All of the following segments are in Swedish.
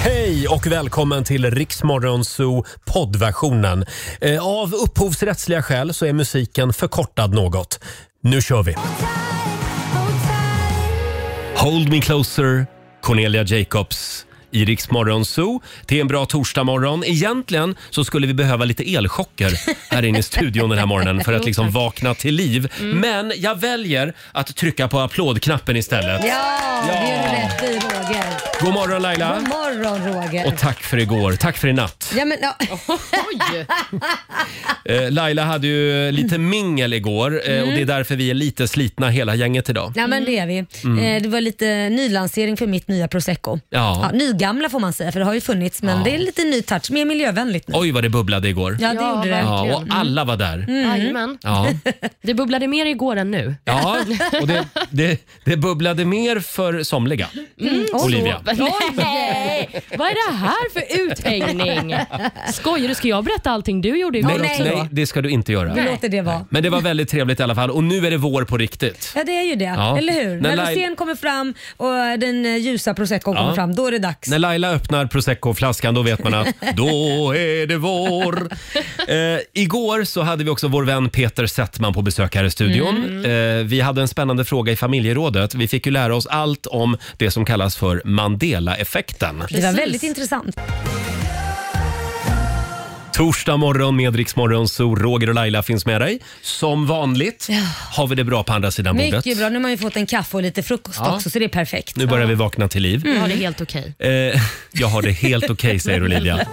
Hej och välkommen till Riksmorgonzoo poddversionen. Eh, Av upphovsrättsliga skäl så är musiken förkortad något. Nu kör vi! Hold me closer, Cornelia Jacobs i Riksmorgonzoo. Det är en bra torsdagmorgon. Egentligen så skulle vi behöva lite elchocker här inne i studion den här morgonen för att liksom vakna till liv. Mm. Men jag väljer att trycka på applådknappen istället. Ja, Ja. det gör du rätt i Roger. God morgon Laila! God morgon Roger. Och tack för igår, tack för i natt. Ja, men, ja, Eh, Laila hade ju lite mingel igår eh, och det är därför vi är lite slitna hela gänget idag. ja, men det är vi. Mm. Eh, Det var lite nylansering för mitt nya prosecco. Ja. nygamla får man säga för det har ju funnits men Ja. det är lite ny touch, mer miljövänligt nu. Oj vad det bubblade igår. Ja, det Ja, gjorde det. verkligen. Mm. Ja, och alla var där. Jajamän. Ja, Det bubblade mer igår än nu. ja och det, det, det bubblade mer för somliga. Mm. Olivia. Nej, vad är det här för uthängning? Skojar du? Ska jag berätta allting du gjorde igår Nej, också? nej. då? det ska du inte göra. Vi låter det vara. Men det var väldigt trevligt i alla fall och nu är det vår på riktigt. Ja det är ju det, Ja. eller När hur? När, Laila- rosén kommer fram och den eh, ljusa prosecco Ja. kommer fram, då är det dags. När Laila öppnar proseccoflaskan då vet man att då är det vår. Eh, igår så hade vi också vår vän Peter Settman på besök här i studion. Mm. Eh, vi hade en spännande fråga i familjerådet. Vi fick ju lära oss allt om det som kallas för Mandela-effekten. Det var Precis. väldigt intressant. Torsdag morgon med Rix Morgon, så Roger och Laila finns med dig. Som vanligt har vi det bra på andra sidan bordet. Mycket bra, nu har man ju fått en kaffe och lite frukost Ja. också så det är perfekt. Nu börjar vi vakna till liv. Jag har det helt okej. Eh, jag har det helt okej, säger Olivia.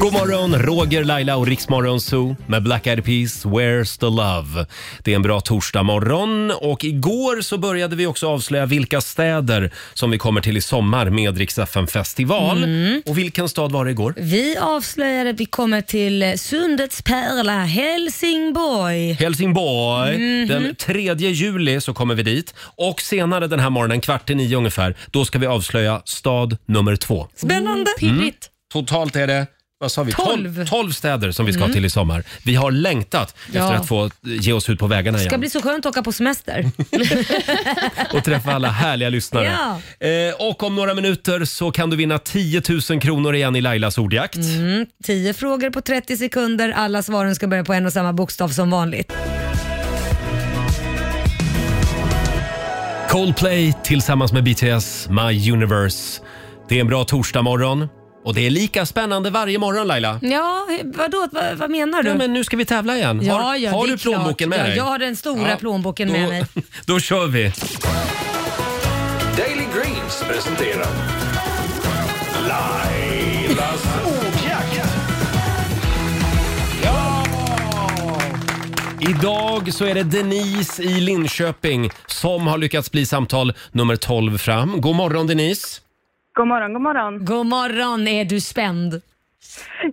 God morgon, Roger, Laila och Riksmorgon Zoo med Black Eyed Peas, Where's the Love? Det är en bra torsdagmorgon och igår så började vi också avslöja vilka städer som vi kommer till i sommar med Rix FM festival. Och vilken stad var det igår? Vi avslöjade att vi kommer till eh, Sundets pärla Helsingborg. Helsingborg. Den 3 juli så kommer vi dit och senare den här morgonen, kvart i nio ungefär, då ska vi avslöja stad nummer två. Mm, Spännande! Mm. Pirrigt. Totalt är det vad sa vi? Tolv. Mm. 12, 12 städer som vi ska till i sommar. Vi har längtat efter Ja. att få eh, ge oss ut på vägarna Det ska igen bli så skönt att åka på semester. och träffa alla härliga lyssnare. Eh, och om några minuter så kan du vinna 10 000 kronor igen i Lailas ordjakt. Mm. 10 frågor på 30 sekunder. Alla svaren ska börja på en och samma bokstav som vanligt. Coldplay tillsammans med BTS, My Universe. Det är en bra torsdagmorgon och det är lika spännande varje morgon Laila. Ja, vadå? Vad, vad menar du? Ja, men nu ska vi tävla igen. Har, Ja, ja, har det är du plånboken klart. med ja, dig? Jag har den stora Ja, plånboken då, med mig. Då kör vi! Daily Greens presenterar Lailas ordjakt. Ja! Idag så är det Denise i Linköping som har lyckats bli samtal nummer 12 fram. God morgon Denise! God morgon, god morgon. God morgon, är du spänd?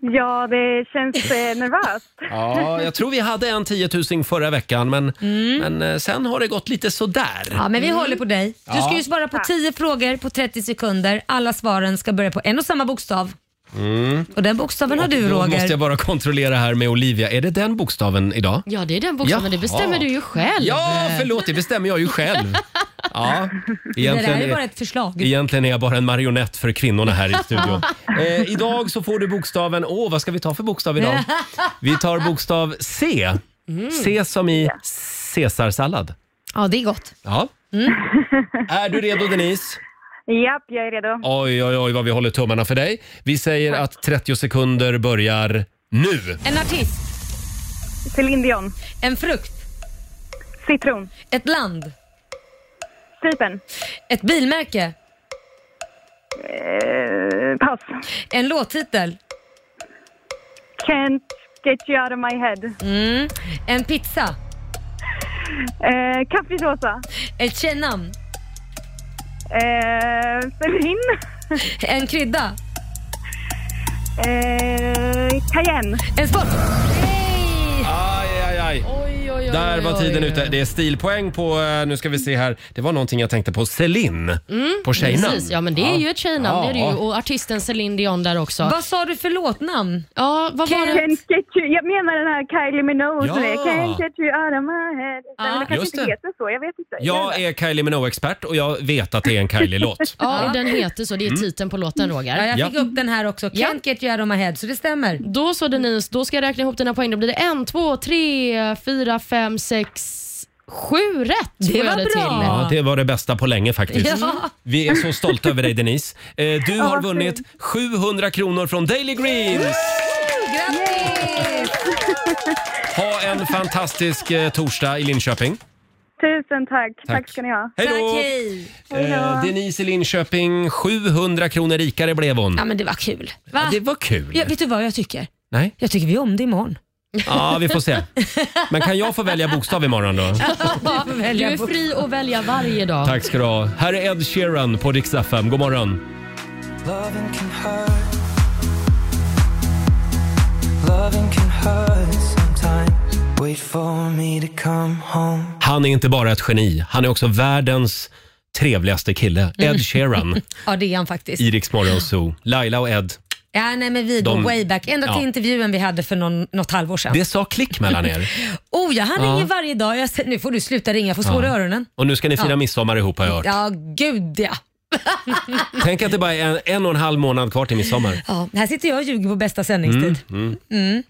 Ja, det känns eh, nervöst. Ja, jag tror vi hade en 10 000 förra veckan men, men eh, sen har det gått lite sådär. Ja, men vi håller på dig. Du ska ju svara på 10 frågor på 30 sekunder. Alla svaren ska börja på en och samma bokstav. Och den bokstaven har du Mm. Då Roger. måste jag bara kontrollera här med Olivia. Är det den bokstaven idag? Ja, det är den bokstaven. Det bestämmer Jaha. du ju själv. Ja, förlåt, det bestämmer jag ju själv. Ja, Det där egentligen, är ju bara är, ett förslag. egentligen är jag bara en marionett för kvinnorna här i studion. Eh, idag så får du bokstaven, åh vad ska vi ta för bokstav idag? Vi tar bokstav C. Mm. C som i caesarsallad. Ja, det är gott. Ja. Mm. Är du redo Denise? Japp, jag är redo. Oj, oj, oj vad vi håller tummarna för dig. Vi säger att 30 sekunder börjar nu. En artist, Céline Dion. en frukt, Citron. ett land, Cypern. ett bilmärke, Eh, pass. en låttitel, Can't get you out of my head. en pizza, Eh, kaffesåsa. ett tjejnamn, Eh, Celine. en krydda, Eh, cayenne. en sport. Aj, aj, aj. Oj, oj, oj, Där oj, var oj. tiden ute. Det är stilpoäng på, eh, nu ska vi se här, det var någonting jag tänkte på, Celine på tjejnamn. Mm, Precis, ja men det är ju ett tjejnamn, det är det Ja. ju. Och artisten Celine Dion där också. Vad sa du för låtnamn? Ja, vad var det? Can't get you, jag menar den här Kylie Minogue som Ja. är Can't get you out of my head. Ja. Den kanske Just inte det. heter så, jag vet inte. Jag är Kylie Minogue-expert och jag vet att det är en Kylie-låt. Ja, och den heter så. Det är Mm. titeln på låten, Ja, Roger. jag Ja. fick upp den här också. Can't Ja. get you out of my head, så det stämmer. Då så Mm. Denise, då ska jag räkna ihop dina poäng. Då blir det en, två, tre, fyra, fem, sex, sju rätt. Det får jag var bra. till. Ja, det var det bästa på länge faktiskt. Ja. Vi är så stolta över dig Denise. Eh, Du har vad vunnit 700 kronor från Daily Greens. Grattis! Ha en fantastisk eh, torsdag i Linköping. Tusen tack. tack. ska ni ha. Hej Tack, då! hej. Eh, Denise i Linköping, 700 kronor rikare blev hon. Ja, men det var kul. Ja, Va? Det var kul. Ja, vet du vad jag tycker? Nej? Jag tycker vi om det imorgon. Ja, vi får se. Men kan jag få välja bokstav imorgon då? Du får Du välja är fri att välja varje dag. Tack ska du ha. Här är Ed Sheeran på Dix FM. God morgon. Loving can hurt. Loving can hurt sometimes. Wait for me to come home. Han är inte bara ett geni, han är också världens trevligaste kille. Ed Sheeran Ja, det är han faktiskt. i Rix Morgon Zoo. Laila och Ed, Ja, nej, men vi går De- way back. Ända till Ja. intervjun vi hade för någon, något halvår sedan. det sa klick mellan er. Oh ja, han ringer varje dag. Jag säger, nu får du sluta ringa, jag får svår i öronen. Och nu ska ni fira Ja. midsommar ihop har jag hört. Ja, gud ja. Tänk att det bara är en, en och en halv månad kvar till midsommar. ja. Här sitter jag och ljuger på bästa sändningstid. Ja, men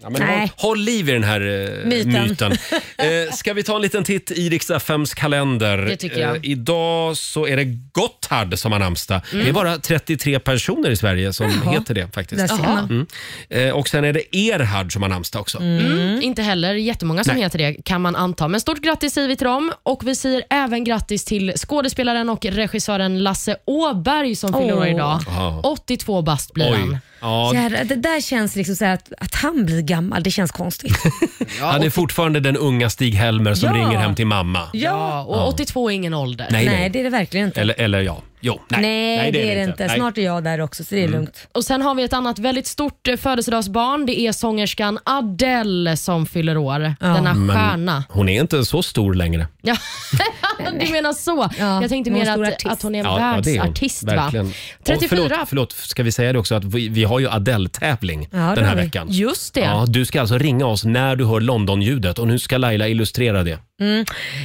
Nej. håll, håll liv i den här eh, myten. Myten. Eh, ska vi ta en liten titt i Rix FMs kalender? Det tycker jag. Eh, idag så är det Gotthard som har namnsdag. Det är bara 33 personer i Sverige som heter det faktiskt. Mm. Där ser Jaha. man. Mm. Eh, och sen är det Erhard som har namnsdag också. Mm, inte heller jättemånga som heter det kan man anta. Men stort grattis säger vi till dem. Och vi säger även grattis till skådespelaren och regissören Lasse Åberg som fyller Åh. år idag. Ja. 82 bast blir han. Oj. Ja, Jävlar, det där känns liksom så här att, att han blir gammal, det känns konstigt. han är fortfarande den unga Stig-Helmer som Ja. ringer hem till mamma. Ja, och 82 är ingen ålder. Nej, nej, nej. det är det verkligen inte. Eller, eller ja. Jo, nej. nej, det, är det inte. Nej. Snart är jag där också, så det är lugnt. Och Sen har vi ett annat väldigt stort eh, födelsedagsbarn. Det är sångerskan Adele som fyller år. Denna stjärna. Hon är inte så stor längre. Ja. du menar så. Ja, Jag tänkte hon är mer en stor att, artist. att hon är en det är hon. världsartist. va? Verkligen. Och 34. förlåt, förlåt, ska vi säga det också att vi, vi har ju Adele-tävling Ja, det den här har vi. veckan. Just det. Ja, du ska alltså ringa oss när du hör London-ljudet och nu ska Laila illustrera det.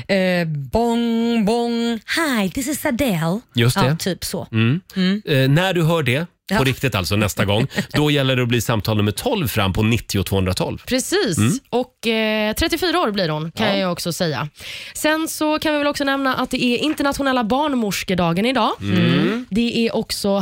Eh, bong, bong. Hi, this is Adele. Just det. Ja, typ så. Eh, när du hör det, på riktigt alltså nästa gång, då gäller det att bli samtal nummer 12 fram på 90 212. Precis, Mm. och eh, 34 år blir hon kan jag också säga. Sen så kan vi väl också nämna att det är internationella barnmorskedagen idag. Mm. Det är också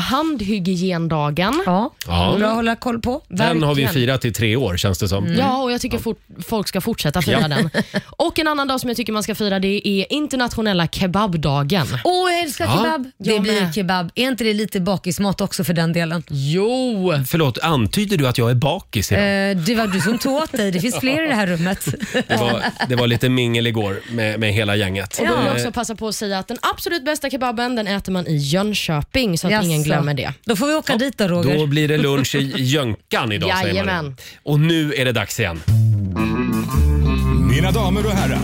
handhygiendagen. Ja. Ja. Bra att hålla koll på. Den har vi Verkligen. Mm. firat i tre år känns det som. Ja, och jag tycker fort, folk ska fortsätta fira den. Och en annan dag som jag tycker man ska fira det är internationella kebabdagen. Åh, jag älskar Ja. kebab. Det Jag blir med. kebab. Är inte det lite bakismat också för den delen? Jo! Förlåt, antyder du att jag är bakis idag? Eh, det var du som tog åt dig. Det finns fler i det här rummet. Det var, det var lite mingel igår med, med hela gänget. Och då vill jag Eh, också passa på att säga att den absolut bästa kebaben den äter man i Jönköping så att ingen Jaså. glömmer det. Då får vi åka dit då Roger. Då blir det lunch i Jönkan idag säger man. Jajamän. Och nu är det dags igen. Mina damer och herrar,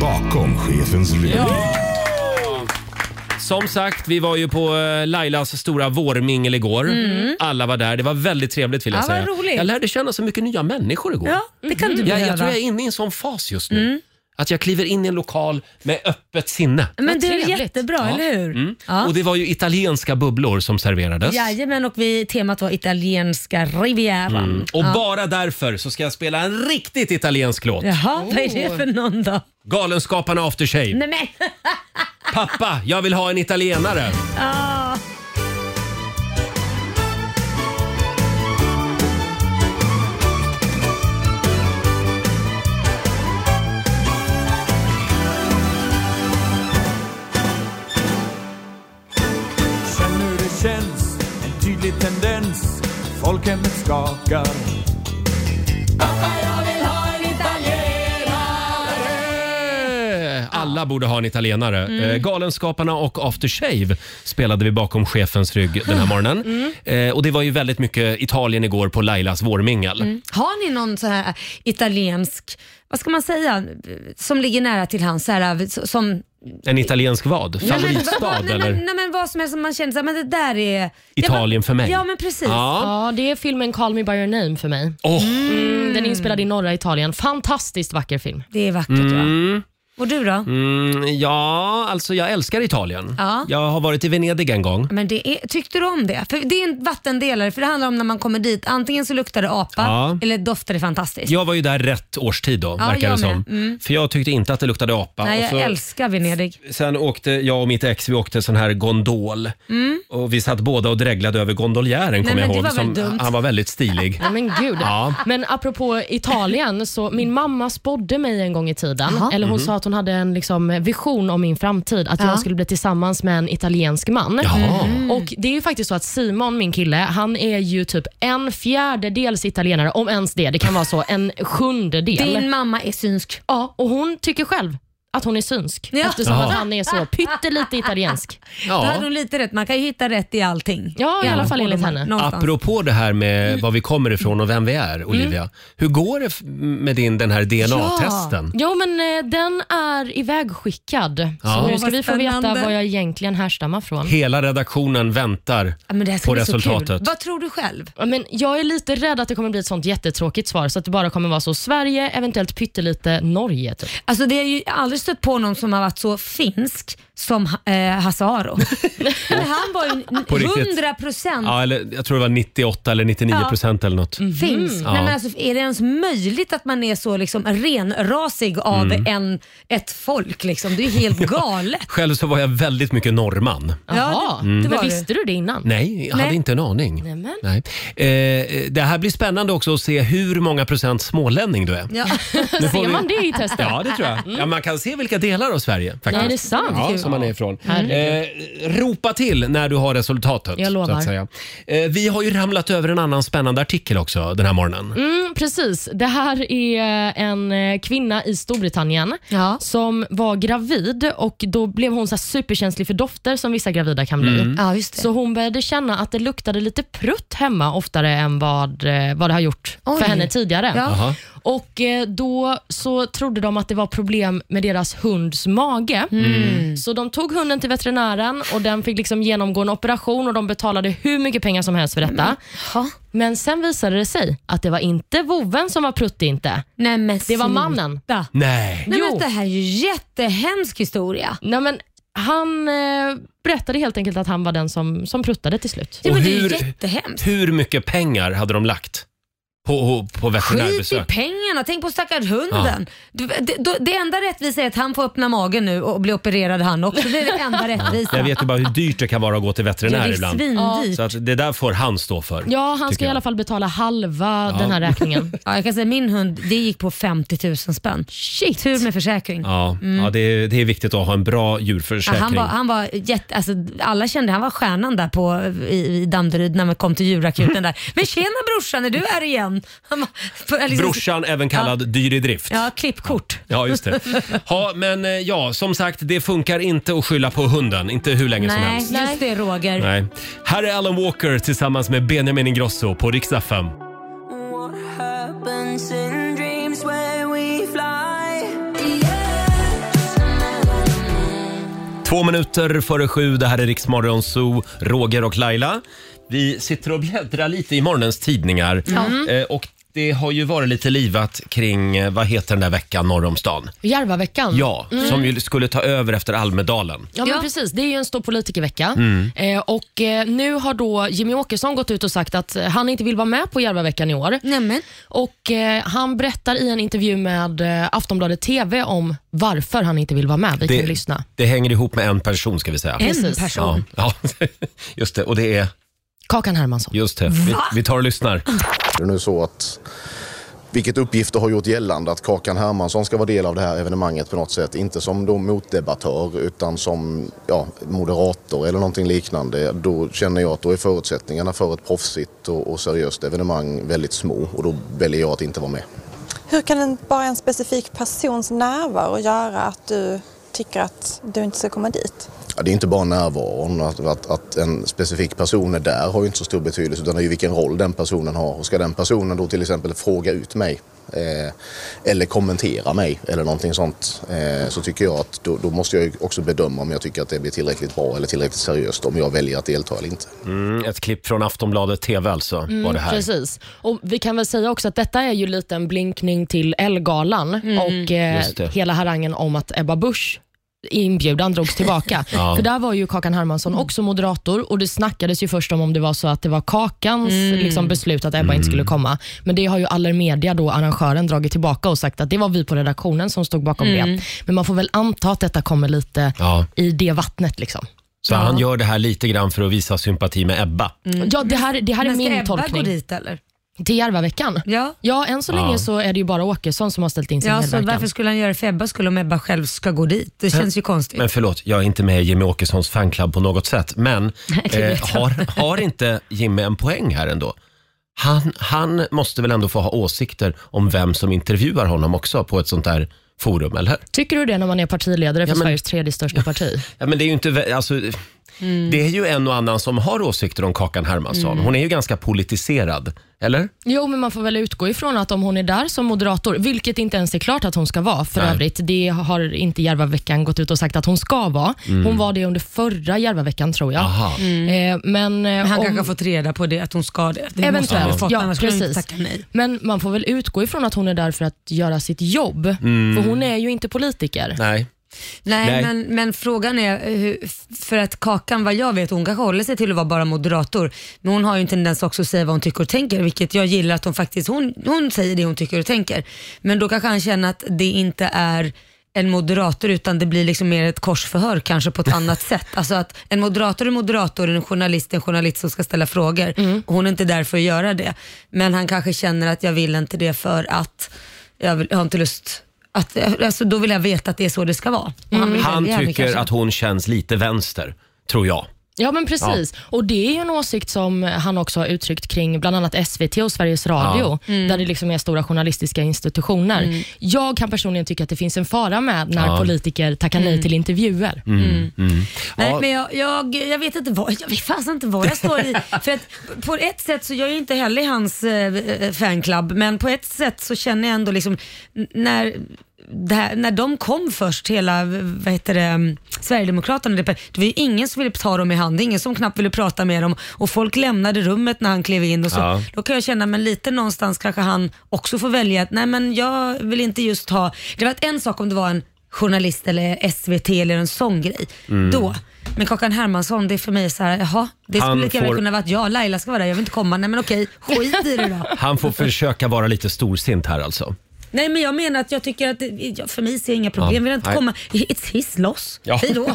bakom chefens rygg. Som sagt, vi var ju på eh, Lailas stora vårmingel igår. Alla var där. Det var väldigt trevligt vill jag Mm. Ja, vad säga. roligt. Jag lärde känna så mycket nya människor igår. Ja, det kan du Mm. jag, behöva. Mm. jag tror jag är inne i en sån fas just nu. Att jag kliver in i en lokal med öppet sinne. Men det är trevligt. jättebra, eller hur? Och Ja. det var ju italienska bubblor som serverades. Jajamän, och vi, temat var italienska rivieran. Mm. Och bara därför så ska jag spela en riktigt italiensk låt. Jaha, vad är det för någon då? Galenskaparna After Shave. Nej men, Pappa, jag vill ha en italienare. ja. Känn hur det känns, en tydlig tendens, folkhemmet skakar. Eh, Alla borde ha en italienare. Mm. Eh, Galenskaparna och After Shave spelade vi bakom chefens rygg den här morgonen. Mm. Eh, och det var ju väldigt mycket Italien igår på Lailas vårmingel. Har ni någon så här italiensk, vad ska man säga, som ligger nära till hands? Så här, som, En italiensk vad? Favoritstad nej, men, eller? Nej men vad som helst som man känner så här, men det där är... Italien för mig. Ja men precis. Ja. Ja, det är filmen Call Me By Your Name för mig. Åh, Mm. Den är inspelad i norra Italien. Fantastiskt vacker film. Det är vackert va? Och du då? mm, ja, alltså jag älskar Italien. Ja. Jag har varit i Venedig en gång. Men det är, tyckte du om det? För det är en vattendelare för det handlar om när man kommer dit, antingen så luktar det apa Ja. eller doftar det fantastiskt. Jag var ju där rätt årstid då, Ja, verkar det jag som. med. Mm. För jag tyckte inte att det luktade apa. Nej, jag Och så- älskar Venedig. Sen åkte jag och mitt ex vi åkte sån här gondol. Och Vi satt båda och dreglade över gondoljären kommer jag Mm. men det ihåg. var väl dumt. han var väldigt stilig. Nej, men gud. Ja. Men apropå Italien, så min mamma spådde mig en gång i tiden. Jaha. Eller Hon sa att hon hade en liksom, vision om min framtid, att Ja. jag skulle bli tillsammans med en italiensk man. Mm. Jaha. Och Det är ju faktiskt så att Simon, min kille, han är ju typ en fjärdedels italienare, om ens det. Det kan vara så, en sjundedel. Din mamma är synsk. Ja, och hon tycker själv att hon är synsk Ja. eftersom Jaha. att han är så pyttelite italiensk. Då Ja. hade hon lite rätt. Man kan ju hitta rätt i allting. Ja, i alla fall enligt Någonstans. henne. Någonstans. Mm. Apropå det här med var vi kommer ifrån och vem vi är, Olivia. Hur går det f- med din, den här DNA-testen? Jo, men eh, den är ivägskickad. Ja. Så nu ska Vad vi få veta spännande. var jag egentligen härstammar från. Hela redaktionen väntar Ja, men det här ska på bli så resultatet. Kul. Vad tror du själv? Ja, Men jag är lite rädd att det kommer bli ett sånt jättetråkigt svar, så att det bara kommer vara så Sverige, eventuellt pyttelite Norge. Typ. Alltså det är ju jag har aldrig stött på någon som har varit så finsk som eh, Hasse Aro. Men han var ju På riktigt. 100% Ja, eller, jag tror det var 98 eller 99 procent eller något. finsk. Nej, Mm. Ja. men alltså, är det ens möjligt att man är så liksom renrasig av Mm. en, ett folk? Liksom? Det är ju helt galet. Själv så var jag väldigt mycket norrman. Jaha, det- det var men det. visste du det innan? Mm. Nej, jag hade Nej. inte en aning. Nämen. Nej. Eh, det här blir spännande också att se hur många procent smålänning du är. Ja. Nu får Ser vi- man det i testet? Ja, det tror jag. Ja, man kan se vilka delar av Sverige faktiskt. Nej, det är sant. Ja, Kul. som man är ifrån. Eh, ropa till när du har resultatet. Jag lovar. Så att säga. Eh, vi har ju ramlat över en annan spännande artikel också den här morgonen. Mm, precis. Det här är en eh, kvinna i Storbritannien Ja. som var gravid och då blev hon så här superkänslig för dofter som vissa gravida kan bli. ja, just det. Så hon började känna att det luktade lite prutt hemma oftare än vad, eh, vad det har gjort Oj. för henne tidigare. Ja. Jaha. Och eh, Då så trodde de att det var problem med deras hunds mage. Mm. Så de tog hunden till veterinären och den fick liksom genomgå en operation och de betalade hur mycket pengar som helst för detta. Mm. Ja. Men sen visade det sig att det var inte voven som var prutt inte. Nej, men Det var sluta. mannen. Nej. Nej, Jo. men det här är ju jättehemsk historia. Nej, men han eh, berättade helt enkelt att han var den som, som pruttade till slut. Ja, Och men det är ju hur- jättehemskt. Hur mycket pengar hade de lagt på, på Skit i veterinärbesök? pengarna, tänk på stackars hunden. Du- Det, det, det enda rättvisa är att han får öppna magen nu och bli opererad han också. Det är det enda rättvisa. Jag vet ju bara hur dyrt det kan vara att gå till Ja, det veterinär är ibland. svindyrt. Så att det där får han stå för. Ja, han tycker ska i jag. alla fall betala halva den här räkningen. Ja, jag kan säga min hund, det gick på 50 000 spänn. Shit. Tur med försäkring. Ja, Mm. ja det, är, det är viktigt att ha en bra Ja, djurförsäkring. han var, han var jätte, alltså, alla kände han var stjärnan där på, i, i Danderyd när man kom till djurakuten där. Men tjena brorsan, är du här igen? Han var, för, liksom- Brorsan, även kallad dyr i drift. Ja, klippkort. Ja, just det. Ja, men eh, ja, som sagt, det funkar inte att skylla på hunden. Inte hur länge som Nej, helst. just det Roger. Nej. Här är Alan Walker tillsammans med Benjamin Ingrosso på riksdag 5. What happens in dreams when we fly? Två minuter före sju, det här är Riksmorgon Zoo, Roger och Laila. Vi sitter och bläddrar lite i morgonens tidningar. Eh, Och det har ju varit lite livat kring, eh, vad heter den där veckan norr om stan? Järvaveckan. Ja, som ju skulle ta över efter Almedalen. Ja, men Ja. precis. Det är ju en stor politikervecka. Mm. Eh, och, eh, nu har då Jimmy Åkesson gått ut och sagt att eh, han inte vill vara med på Järvaveckan i år. Nämen. Och, eh, han berättar i en intervju med eh, Aftonbladet TV om varför han inte vill vara med. Vi kan lyssna. det hänger ihop med en person ska vi säga. En Precis. person. Ja, ja. just det. Och det är, Kakan Hermansson. just det. Vi, vi tar och lyssnar. Det är nu så att, vilket uppgifter har gjort gällande, att Kakan Hermansson ska vara del av det här evenemanget på något sätt. Inte som då motdebattör utan som ja, moderator eller någonting liknande. Då känner jag att då är förutsättningarna för ett proffsigt och, och seriöst evenemang väldigt små och då väljer jag att inte vara med. Hur kan en, bara en specifik persons närvaro göra att du tycker att du inte ska komma dit? Ja, det är inte bara närvaron, att, att, att en specifik person är där har ju inte så stor betydelse utan det är ju vilken roll den personen har. Och ska den personen då till exempel fråga ut mig eh, eller kommentera mig eller någonting sånt eh, så tycker jag att då, då måste jag ju också bedöma om jag tycker att det blir tillräckligt bra eller tillräckligt seriöst om jag väljer att delta eller inte. Mm, ett klipp från Aftonbladet TV alltså var det här. Precis. Och vi kan väl säga också att detta är ju lite en blinkning till Ellegalan Mm. och eh, Just det. hela harangen om att Ebba Busch inbjudan drogs tillbaka. Ja. För där var ju Kakan Hermansson Mm. också moderator och det snackades ju först om om det var så att det var Kakans Mm. liksom, beslut att Ebba inte skulle komma. Men det har ju Allermedia, då, arrangören, dragit tillbaka och sagt att det var vi på redaktionen som stod bakom Mm. det. Men man får väl anta att detta kommer lite Ja. i det vattnet. Liksom. Så han gör det här lite grann för att visa sympati med Ebba. Ja, det här, det här är Mm. Men min ska Ebba gå tolkning. dit eller? Till Järvaveckan? Ja. Ja, än så länge Ja. så är det ju bara Åkesson som har ställt in sin Ja, så medverkan. varför skulle han göra det för Ebba skulle om Ebba själv ska gå dit? Det känns ju konstigt. Men förlåt, jag är inte med i Jimmy Åkessons fanclub på något sätt. Men det vet eh, har, har inte Jimmy en poäng här ändå? Han, han måste väl ändå få ha åsikter om vem som intervjuar honom också på ett sånt där forum, eller? Tycker du det när man är partiledare för Ja, men- Sveriges tredje största parti? Ja, men det är ju inte... vä- Alltså, Mm. Det är ju en och annan som har åsikter om Kakan Hermansson. Hon är ju ganska politiserad, eller? Jo, men man får väl utgå ifrån att om hon är där som moderator, vilket inte ens är klart att hon ska vara för Nej. övrigt. Det har inte Järvaveckan gått ut och sagt att hon ska vara. Mm. Hon var det under förra Järvaveckan tror jag. Aha. Eh, men, eh, Han om, kanske har fått reda på det, att hon ska det. det måste han ha Eventuellt, fått, ja annars skulle han inte precis. tacka nej. Men man får väl utgå ifrån att hon är där för att göra sitt jobb. Mm. För hon är ju inte politiker. Nej. Nej, Nej. Men, men frågan är, eh, hur- för att Kakan vad jag vet, hon kanske håller sig till att vara bara moderator, men hon har ju en tendens också att säga vad hon tycker och tänker, vilket jag gillar att hon faktiskt hon, hon säger det hon tycker och tänker. Men då kanske han känner att det inte är en moderator utan det blir liksom mer ett korsförhör kanske på ett annat sätt. Alltså att en moderator är moderator, en journalist är en journalist som ska ställa frågor. Och hon är inte där för att göra det. Men han kanske känner att jag vill inte det för att jag, vill, jag har inte lust att, alltså, då vill jag veta att det är så det ska vara. Och Han, vill Han välja henne tycker kanske. att hon känns lite vänster, tror jag. Ja, men precis. Och Det är ju en åsikt som han också har uttryckt kring bland annat SVT och Sveriges Radio, där det liksom är stora journalistiska institutioner. Jag kan personligen tycka att det finns en fara med när politiker tackar nej till intervjuer. Mm. Nej, Ja. men jag, jag, jag vet inte vad jag, vet fasen inte vad jag står i. För att på ett sätt så jag är inte heller i hans eh, eh, fanclub, men på ett sätt så känner jag ändå liksom n- när det här, när de kom först, hela vad heter det, mm, Sverigedemokraterna, det det var ju ingen som ville ta dem i hand, ingen som knappt ville prata med dem och folk lämnade rummet när han klev in. Och så. Ja. Då kan jag känna, men lite någonstans kanske han också får välja att nej men jag vill inte just ha, det var en sak om det var en journalist eller SVT eller en sån grej. Mm. Då. Men Kakan Hermansson, det är för mig så här, jaha, det Han skulle lika gärna får- kunna vara att jag, Laila ska vara där, jag vill inte komma, nej men okej, skit i det då. Han får försöka vara lite storsint här alltså. Nej men jag menar att jag tycker att, det- jag- för mig ser jag inga problem, Ja, vill jag inte nej. komma, it's his loss, Ja. hej då.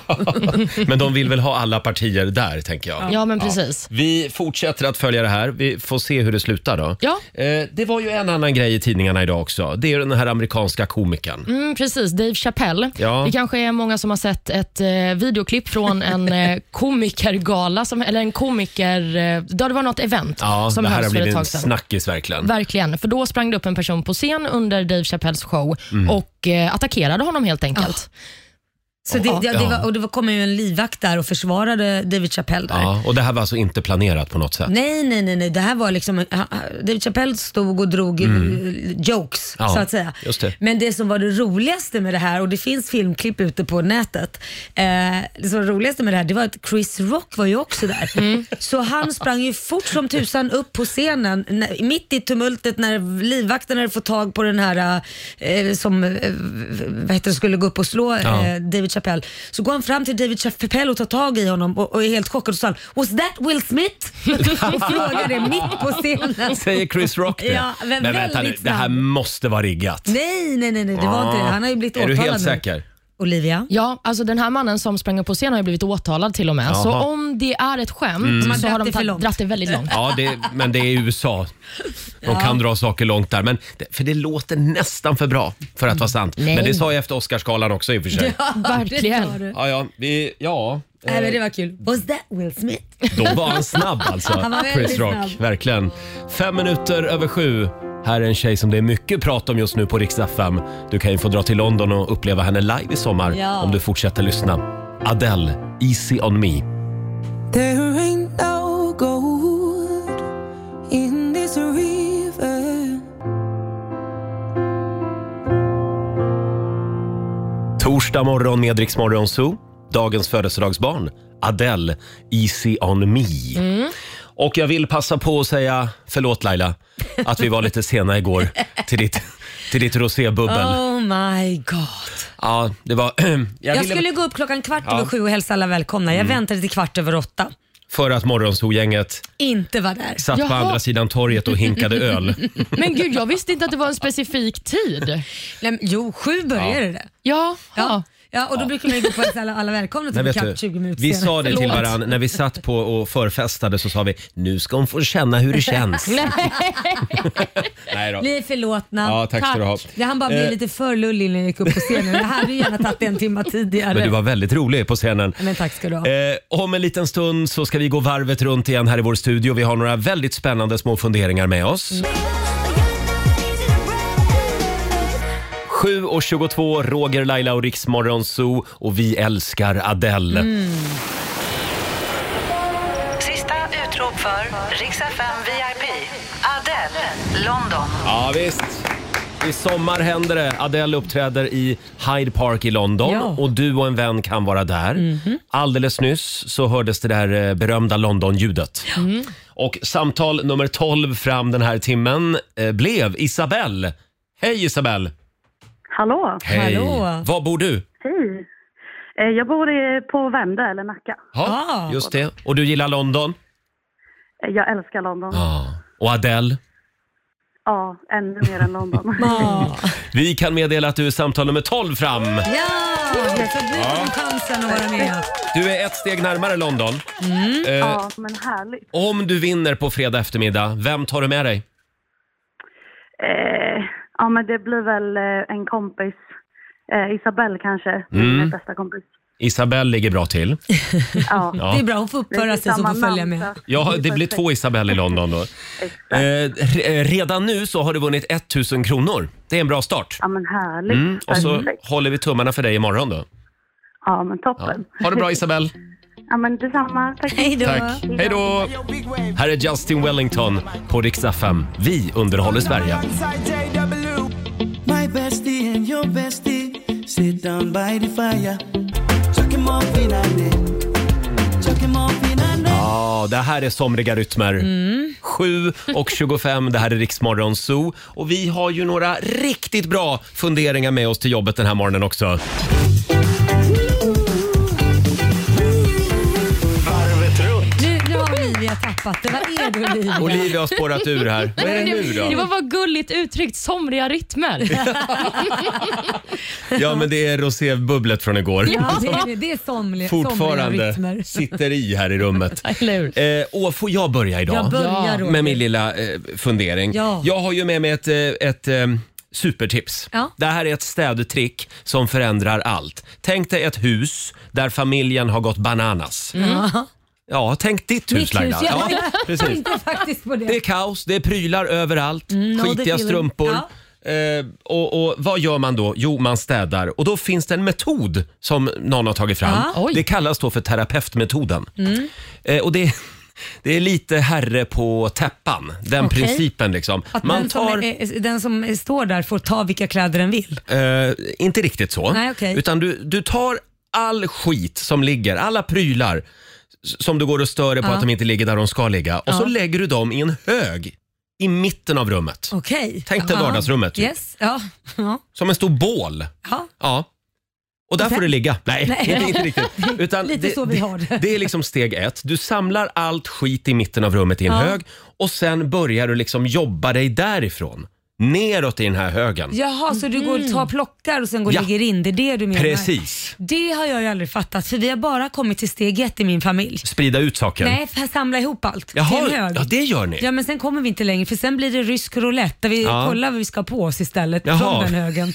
Men de vill väl ha alla partier där, tänker jag. Ja, men precis. Vi fortsätter att följa det här. Vi får se hur det slutar då. Ja. Eh, det var ju en annan grej i tidningarna idag också. Det är den här amerikanska komikern. Mm, precis, Dave Chappelle. Ja. Det kanske är många som har sett ett eh, videoklipp från en eh, komikergala, som, eller en komiker... Eh, det var något event Ja, som det här har hölls för ett blivit en tag sedan. snackis verkligen. Verkligen, för då sprang det upp en person på scen under Dave Chappelles show Mm. och eh, attackerade honom helt enkelt. Så det, det, det var, och det var- kom ju en livvakt där och försvarade David Chappelle där. Ja, och det här var alltså inte planerat på något sätt. Nej, nej, nej, nej. Det här var liksom, David Chappelle stod och drog eh, jokes Mm. Ja, så att säga. just det. Men det som var det roligaste med det här, och det finns filmklipp ute på nätet. Eh, det som var det roligaste med det här, det var att Chris Rock var ju också där. Så han sprang ju fort som tusan upp på scenen, när, mitt i tumultet när livvakten hade fått tag på den här eh, som eh, vad heter det, skulle gå upp och slå Ja. eh, David Chappelle. Så går han fram till David Chappelle och tar tag i honom och, och är helt chockad och sa han, “Was that Will Smith?” och frågar det mitt på scenen. Säger Chris Rock det? Ja, men vänta nu, väldigt det här snabb. måste vara riggat. Nej, nej, nej, nej, det var inte det. Han har ju blivit Är åtalad du helt nu. säker? Olivia? Ja, alltså den här mannen som sprang upp på scen har ju blivit åtalad till och med. Så Jaha. om det är ett skämt så Man har dratt det de för tagit- långt. dratt det väldigt långt. Ja, det, men det är USA. De kan dra saker långt där. Men, det- för det låter nästan för bra för att vara sant. Nej. Men det sa jag efter Oscarsgalan också i och för sig. Ja, Verkligen. Det sa du. ja, vi, ja. Nej, men det var kul. Was that Will Smith? Då var han snabb alltså. Han var väldigt Chris Rock, snabb. verkligen. Fem minuter över sju. Här är en tjej som det är mycket prat om just nu på Rix FM. Du kan ju få dra till London och uppleva henne live i sommar Ja. om du fortsätter lyssna. Adele, Easy on me. There ain't no gold in this river. Torsdag morgon med Rix Morgon Zoo. Dagens födelsedagsbarn, Adele, Easy on me. Mm. Och jag vill passa på att säga, förlåt Laila, att vi var lite sena igår till ditt, till ditt rosébubbel. Oh my god. Ja, det var... jag Jag, ville- skulle gå upp klockan kvart över Ja. sju och hälsa alla välkomna. Jag Mm. väntade till kvart över åtta. För att morgonzoo-gänget Inte var där. satt på andra sidan torget och hinkade öl. Men gud, jag visste inte att det var en specifik tid. jo, sju började Ja. det. Ja. Ja. ja, och då brukar man ju gå på hälsa alla, alla välkomna Nej, typ vet kvart, du, 20 minuter vi senare. sa det till Förlåt. varandra när vi satt på och förfestade så sa vi nu ska hon få känna hur det känns. Nej då. Ni är förlåtna. Ja, tack ska du ha. Det han bara bli Eh. lite för lullig när jag gick upp på scenen. Jag hade ju gärna tagit en timma tidigare. Men du var väldigt rolig på scenen. Men tack ska du ha. Eh, om en liten stund så ska vi gå varvet runt igen här i vår studio. Vi har några väldigt spännande små funderingar med oss. Mm. 7.22, Roger, Laila och Riksmorgon Zoo och vi älskar Adele. Mm. Sista utrop för Rix FM VIP. Adele, London. Ja visst. I sommar händer det. Adele uppträder i Hyde Park i London Ja. och du och en vän kan vara där. Alldeles nyss så hördes det där eh, berömda London-ljudet. Och samtal nummer 12 fram den här timmen eh, blev Isabelle. Hej Isabelle! Hallå! Hej! Var bor du? Hej! Eh, Jag bor i- på Vände, eller Nacka. Ja, just det. Och du gillar London? Eh, Jag älskar London. Ja. Och Adele? Ja, ännu mer än London. Vi kan meddela att du är samtal nummer 12 fram. Ja! Förbjud dem chansen att vara med. Du är ett steg närmare London. Eh, Ja, men härligt. Om du vinner på fredag eftermiddag, vem tar du med dig? Eh, Ja, men det blir väl eh, en kompis. Eh, Isabelle kanske, Mm. min bästa kompis. Isabelle ligger bra till. Ja. Ja. Det är bra, hon får uppföra sig så hon får följa med. Ja, det blir två Isabelle i London då. Eh, re- eh, redan nu så har du vunnit 1000 kronor. Det är en bra start. Ja, men härligt. Mm, och så Perfekt. håller vi tummarna för dig imorgon då. Ja, men toppen. Ha det bra Isabelle. Ja, men detsamma. Tack. Hej då. Tack. Hej då. Här är Justin Wellington på Rix FM. Vi underhåller Sverige. My bestie and your bestie sit down by the fire. Chucking morphine and it. Chucking morphine and it. Ja, det här är somriga rytmer. 7 och 25, det här är Riksmorgon Zoo. Och vi har ju några riktigt bra funderingar med oss till jobbet den här morgonen också. Nu, nu har Olivia tappat det. Vad är det Olivia? Olivia har spårat ur här. Vad är det nu Det var då? bara gulligt uttryckt, somriga rytmer. Ja, men det är rosébubblet från igår. Ja, det är, det. det är somliga, somliga rytmer. Fortfarande sitter i här i rummet. Eh, och får jag börja idag? Jag börjar, Roger. Med min lilla eh, fundering. Ja. Jag har ju med mig ett, eh, ett eh, supertips. Ja. Det här är ett städtrick som förändrar allt. Tänk dig ett hus där familjen har gått bananas. Ja. Ja, tänk ditt hus, Mm. Mitt Laila. hus, ja. alltså. Ja, Jag precis. tänkte faktiskt på det. Det är kaos, det är prylar överallt, Mm, no, the skitiga feeling. strumpor. Eh, och, och Vad gör man då? Jo, man städar. Och då finns det en metod som någon har tagit fram. Ja. Det kallas då för terapeutmetoden. Mm. Eh, och det, det är lite herre på täppan, den Okej. principen. liksom. Att Man den, som tar... är, den som är- står där får ta vilka kläder den vill. Eh, inte riktigt så. Nej, okej. Utan du, du tar all skit som ligger, alla prylar s- som du går och stör dig på Ja. att de inte ligger där de ska ligga och så Ja. lägger du dem i en hög i mitten av rummet. Okej. Tänk dig vardagsrummet, typ. Yes. Ja. Ja. Som en stor bål. Ja. Och där Och sen- får det ligga. Nej, Nej. Inte, inte riktigt. Utan Lite så vi har det. Det är liksom steg ett. Du samlar allt skit i mitten av rummet i en Ja. hög och sen börjar du liksom jobba dig därifrån. Neråt i den här högen. Jaha, så du går och tar plockar och sen går och Ja. lägger in. Det är det du menar? Precis. Det har jag ju aldrig fattat för vi har bara kommit till steg ett i min familj. Sprida ut saker. Nej, för jag samlar ihop allt Jaha, till en hög. ja, det gör ni. Ja, men sen kommer vi inte längre för sen blir det rysk roulette där vi Ja. kollar vad vi ska ha på oss istället Jaha. från den högen.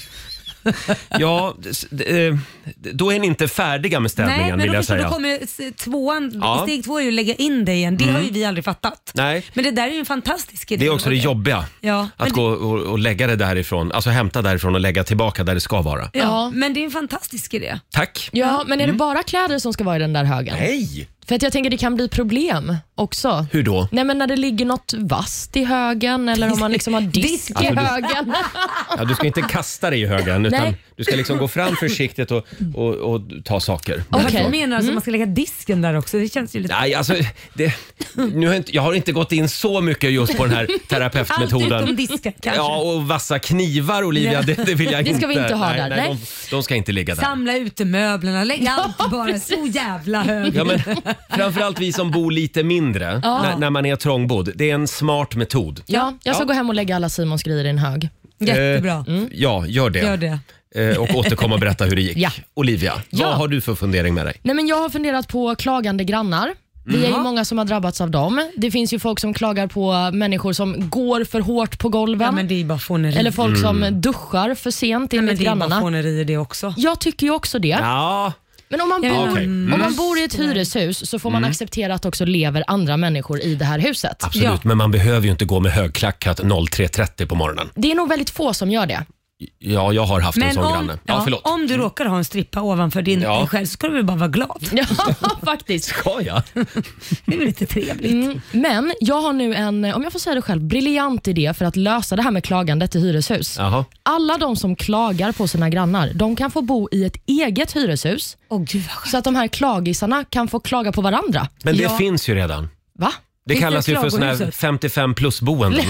Ja, s- d- eh, då är ni inte färdiga med städningen Nej, men vill då, jag förstår, säga. då kommer s- tvåan, Ja. steg två är ju att lägga in det igen. Det Mm. har ju vi aldrig fattat. Nej, Men det där är ju en fantastisk idé. det är också det Roger. jobbiga. Ja, men Att gå och, och lägga det därifrån, alltså hämta därifrån och lägga tillbaka där det ska vara. Ja, men det är en fantastisk idé. Tack! Ja, men är det bara kläder som ska vara i den där högen? Nej! För att jag tänker det kan bli problem också. Hur då? Nej men när det ligger något vasst i högen eller om man liksom har disk i Alltså, du- högen. Ja, du ska inte kasta dig i högen utan Nej. du ska liksom gå fram försiktigt och, och, och ta saker. Okay. därifrån. Jag menar alltså man ska lägga disken där också. Det känns ju lite... Nej, alltså, det, nu har jag, inte, jag har inte gått in så mycket just på den här terapeutmetoden. Allt utom disken kanske. Ja, och vassa knivar Olivia, det, det vill jag Det inte. ska vi inte ha nej, där, Nej, nej. De, de ska inte ligga där. Samla utemöblerna, lägg allt bara i så jävla hög. Ja, men framförallt vi som bor lite mindre, Ja. när, när man är trångbodd. Det är en smart metod. Ja, jag ska gå hem och lägga alla Simons grejer i en hög. Jättebra. Eh, Ja, gör det. Gör det. Eh, Och återkom och berätta hur det gick. Ja. Olivia, Ja. vad har du för fundering med dig? Nej, men jag har funderat på klagande grannar. Vi är ju Mm. Mhm. många som har drabbats av dem. Det finns ju folk som klagar på människor som går för hårt på golven. Eller folk som Mm. duschar för sent Nej, men enligt det är bara grannarna. fåneri det också. Jag tycker ju också det. Ja. Men om man, Ja, bor, okej. Mm. om man bor i ett hyreshus så får man Mm. acceptera att också lever andra människor i det här huset. Absolut, men man behöver ju inte gå med högklackat 03.30 på morgonen. Det är nog väldigt få som gör det. Ja, jag har haft en sån om, granne. Ja, ja, förlåt. Mm. om du råkar ha en strippa ovanför din, Ja. dig själv så ska du väl bara vara glad. Ja, faktiskt. Ska jag? Det är väl lite trevligt. Mm, men jag har nu en, om jag får säga det själv, briljant idé för att lösa det här med klagandet i hyreshus. Jaha. Alla de som klagar på sina grannar, de kan få bo i ett eget hyreshus. så att de här klagisarna kan få klaga på varandra. Men det Ja. finns ju redan. Va? Det kallas ju för sån här 55 plus boenden.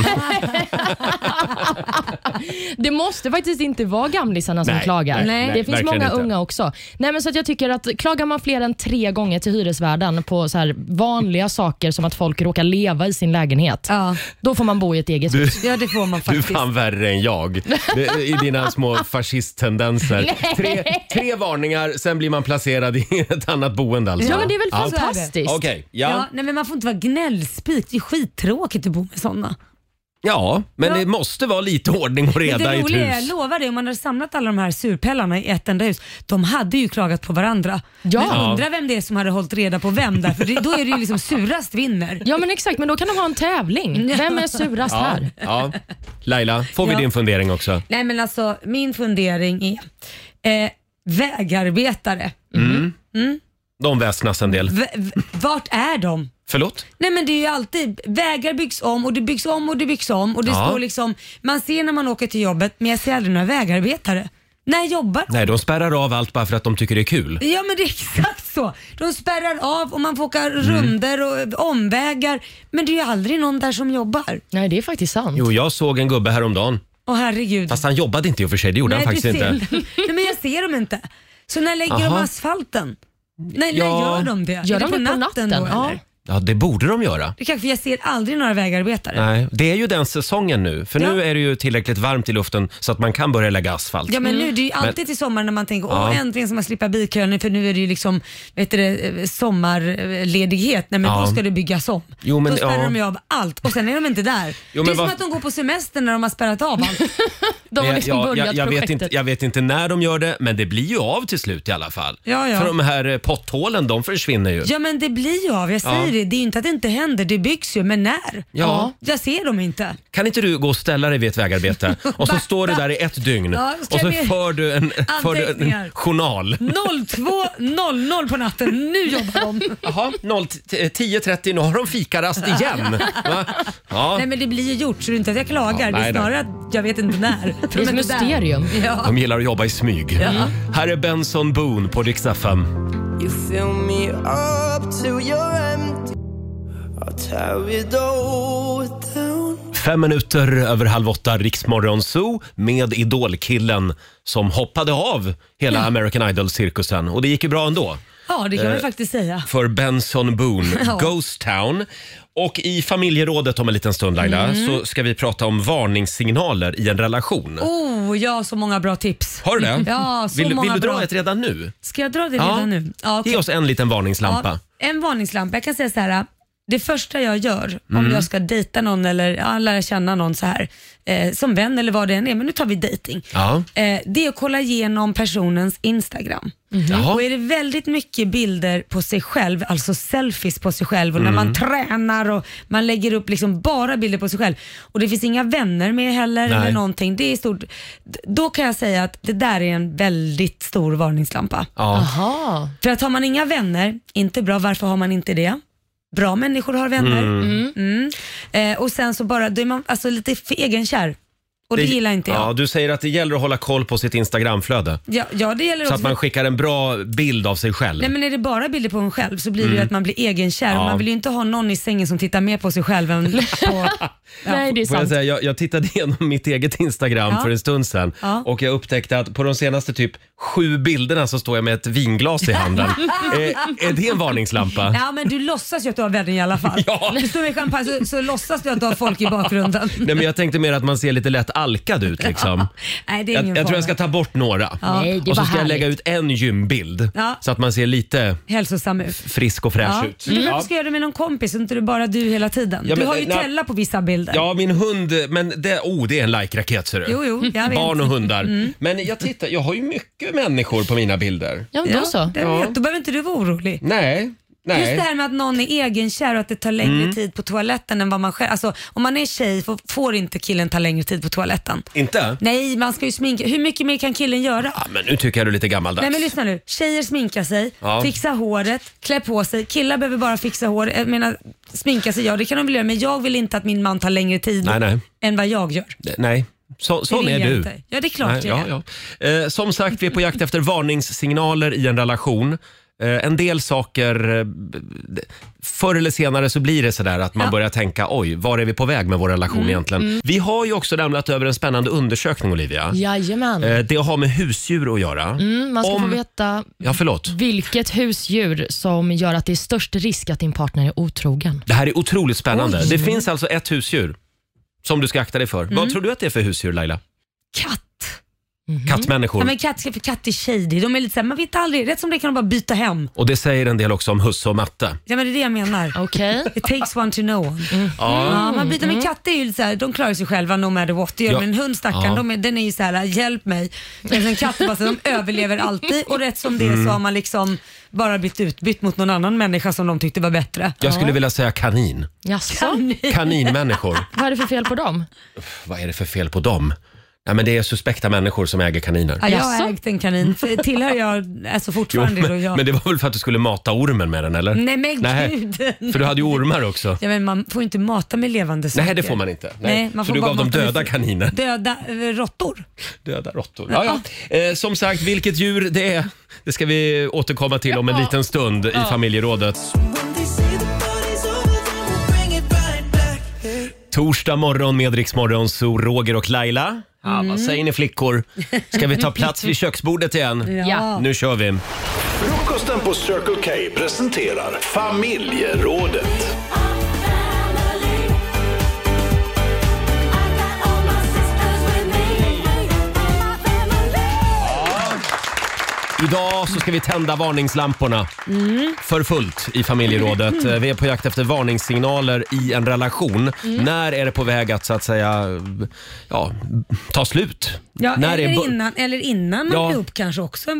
Det måste faktiskt inte vara gamlisarna som Nej, klagar. nej, nej, det finns verkligen många inte. unga också. Nej, men så att jag tycker att klagar man fler än tre gånger till hyresvärden på så här vanliga saker som att folk råkar leva i sin lägenhet, då får man bo i ett eget Du- hus. Ja, det får man Du är fan värre än jag Det- i dina små fascisttendenser. Nej. Tre, tre varningar, sen blir man placerad i ett annat boende alltså. Ja, men det är väl Ja. fantastiskt. Okej, ja. Ja. nej, men man får inte vara gnällspik. Det är skittråkigt att bo med sådana. men Ja. det måste vara lite ordning och Men reda det i ett roliga är, jag hus. lovar dig, om man hade samlat alla de här surpellarna i ett enda hus, de hade ju klagat på varandra. Ja. Men undrar vem det är som hade hållit reda på vem där, för det, då är det ju liksom surast vinner. Ja men exakt, men då kan de ha en tävling. Vem är surast Ja, här? ja. Laila, får vi Ja. din fundering också? Nej men alltså, min fundering är eh, vägarbetare. Mm. Mm. De väsnas en del. V- v- vart är de? Förlåt? Nej men det är ju alltid, vägar byggs om och det byggs om och det byggs om och det Ja. står liksom, man ser när man åker till jobbet men jag ser aldrig några vägarbetare. När jobbar de? Nej, de spärrar av allt bara för att de tycker det är kul. Ja men det är exakt så. De spärrar av och man får åka Mm. runder och omvägar men det är ju aldrig någon där som jobbar. Nej det är faktiskt sant. Jo, jag såg en gubbe häromdagen. Åh herregud. Fast han jobbade inte i och för sig, det gjorde Nej, han faktiskt du ser inte. dem. Nej men jag ser dem inte. Så när lägger de Aha. asfalten? Nej, Ja. när gör de det? Gör är de det på natten? då, Ja. eller? Ja, det borde de göra. Det är kanske för jag ser aldrig några vägarbetare. Nej, det är ju den säsongen nu. För nu är det ju tillräckligt varmt i luften så att man kan börja lägga asfalt. Ja men nu, det är ju Mm. Men- alltid till sommaren när man tänker åh Ja. äntligen ska man slippa bilkön för nu är det ju liksom vet du, det, sommarledighet. Nej men Ja. då ska det byggas om. Jo, men- då spärrar ja. de ju av allt och sen är de inte där. Jo, det men är som vad- att de går på semester när de har spärrat av allt. de liksom Men liksom jag- jag, jag, jag, vet inte, jag vet inte när de gör det, men det blir ju av till slut i alla fall. Ja, ja. För de här eh, potthålen, de försvinner ju. Ja men det blir ju av, jag säger Ja. det. Det är ju inte att det inte händer, det byggs ju, men när? Ja. Jag ser dem inte. Kan inte du gå och ställa dig vid ett vägarbete och så står du där i ett dygn Ja, ska och så vi- för du en, för du en Anteckningar. journal. 02.00 på natten, nu jobbar de. Jaha, 0 t- 10.30, nu har de fikarast igen. Va? Ja. Nej men det blir ju gjort så det är inte att jag Ja, klagar. det nej, är snarare att jag vet inte när. För de är inte där. Mm. Ja. De gillar att jobba i smyg. Ja. Här är Benson Boone på Rix FM. You fill me up till you're empty. I'll tear it all down. Fem minuter över halv åtta, Riksmorgon Zoo med Idolkillen som hoppade av hela American Idol-cirkusen. Och det gick ju bra ändå. ja det kan man Eh, ju faktiskt säga. För Benson Boone, Ja. Ghost Town. Och i familjerådet om en liten stund Laila, Mm. så ska vi prata om varningssignaler i en relation. Oh, jag har så många bra tips. Har du det? Ja, så vill, många vill du dra bra. ett redan nu? Ska jag dra det Ja. redan nu? Ja, okej. Ge oss en liten varningslampa. Ja, en varningslampa. Jag kan säga så här. det första jag gör om Mm. jag ska dejta någon eller ja, lära känna någon så här, eh, som vän eller vad det än är, men nu tar vi dejting. Ja. Eh, det är att kolla igenom personens Instagram. Mhm. Mm. Jaha. Och är det väldigt mycket bilder på sig själv, alltså selfies på sig själv och när Mm. man tränar och man lägger upp liksom bara bilder på sig själv och det finns inga vänner med heller Nej. eller någonting. Det är stort. d- Då kan jag säga att det där är en väldigt stor varningslampa. Ja. För att har man inga vänner, inte bra, varför har man inte det? Bra människor har vänner. Mm. Mm. Eh, och sen så bara, då är man alltså lite för egenkär. Och det, gillar inte jag. Ja, Ja. du säger att det gäller att hålla koll på sitt Instagramflöde. Ja, det gäller Så också att man skickar en bra bild av sig själv. Alltså, Nej men är det bara bilder på en själv så blir det ju Mm. att man blir egenkär. Ja. Man vill ju inte ha någon i sängen som tittar mer på sig själv än på... ja. Får jag, säga, jag, jag tittade igenom mitt eget Instagram Ja. för en stund sedan Ja. och jag upptäckte att på de senaste typ sju bilderna så står jag med ett vinglas i handen. eh, är det en varningslampa? Ja men du låtsas ju att du har vänner i alla fall. Ja. Du står med champagne så, så låtsas du att du har folk i bakgrunden. Nej, men jag tänkte mer att man ser lite lätt alkad ut liksom. Nej det är Jag, ingen jag tror jag fara. ska ta bort några. Ja. Nej, det och så var ska jag lägga härligt. ut en gymbild Ja. så att man ser lite Hälsosam ut. frisk och fräsch ja. Mm. ut. Men Du Ja. kanske ska göra det med någon kompis och inte det bara du hela tiden. Ja, du men, har ju eh, nej. Tella på vissa bilder. Ja, min hund, men det, oh, det är en like-raket ser du. Jo, jo, jag vet. Barn och hundar. Mm. Men jag tittar, jag har ju mycket människor på mina bilder. Ja, det Ja. Vet. Då behöver inte du vara orolig. Nej. nej. Just det här med att någon är egenkär och att det tar längre Mm. tid på toaletten än vad man själv... Alltså, om man är tjej får, får inte killen ta längre tid på toaletten. Inte? Nej, man ska ju sminka. Hur mycket mer kan killen göra? Men nu tycker jag du är lite gammaldags. Nej men lyssna nu. Tjejer sminkar sig, Ja. fixar håret, klär på sig. Killar behöver bara fixa hår. Jag menar, sminka sig, ja det kan de väl göra. Men jag vill inte att min man tar längre tid Nej, nej. än vad jag gör. D- Nej. Så, sån vill är jag du. inte. Ja, det är klart jag ja, ja. Eh, Som sagt, vi är på jakt efter varningssignaler i en relation. Eh, en del saker, eh, b- d- förr eller senare så blir det sådär att man Ja. börjar tänka oj, var är vi på väg med vår relation Mm, egentligen? mm. Vi har ju också lämnat över en spännande undersökning Olivia. Jajamän. Eh, det har med husdjur att göra. Mm, man ska Om- få veta Ja, förlåt. vilket husdjur som gör att det är störst risk att din partner är otrogen. Det här är otroligt spännande. Oj. Det finns alltså ett husdjur som du ska akta dig för. Mm. Vad tror du att det är för husdjur Laila? Katt. Kattmänniskor. Mhm. Ja, men katt, för katt är shady. De är lite såhär, man vet aldrig. Rätt som det kan de bara byta hem. Och det säger en del också om husse och matte. Ja men det är det jag menar. Okej. It takes one to know one. Mm. Ja, man byter med katter är ju lite så här, de klarar sig själva no matter what. Det gör Ja. Men en hund stackarn, Ja. de är, den är ju så här, hjälp mig. Men sen katter bara, så här, de överlever alltid och rätt som det är Mm. så har man liksom bara blivit utbytt mot någon annan människa som de tyckte var bättre. Jag skulle vilja säga kanin. Jaså? Kaninmänniskor. Vad är det för fel på dem? Vad är det för fel på dem? Nej, men det är suspekta människor som äger kaniner. Ja, jag har ägt en kanin. För Tillhör jag, alltså Jo, fortfarande då men, jag. men det var väl för att du skulle mata ormen med den eller? Nej men Nej, gud. För du hade ju ormar också. Ja, men man får ju inte mata med levande saker. Nej, det får man inte. Nej. Nej, man så får du bara gav dem mata med döda fri- kaniner. Döda eh, råttor. Döda råttor. Ja, ja. Eh, som sagt, vilket djur det är, det ska vi återkomma till om en liten stund i Ja. familjerådet. Torsdag morgon med Rix Morgon, så Roger och Laila. Ja, Mm. Vad säger ni flickor? Ska vi ta plats vid köksbordet igen? Ja. Nu kör vi. Frukosten på Circle K presenterar familjerådet. Idag så ska vi tända varningslamporna för fullt i familjerådet. Eh, Vi är på jakt efter varningssignaler i en relation. Mm. När är det på väg att så att säga ja, ta slut? Ja, När eller, är bu- innan, eller innan man Ja. blir upp kanske också en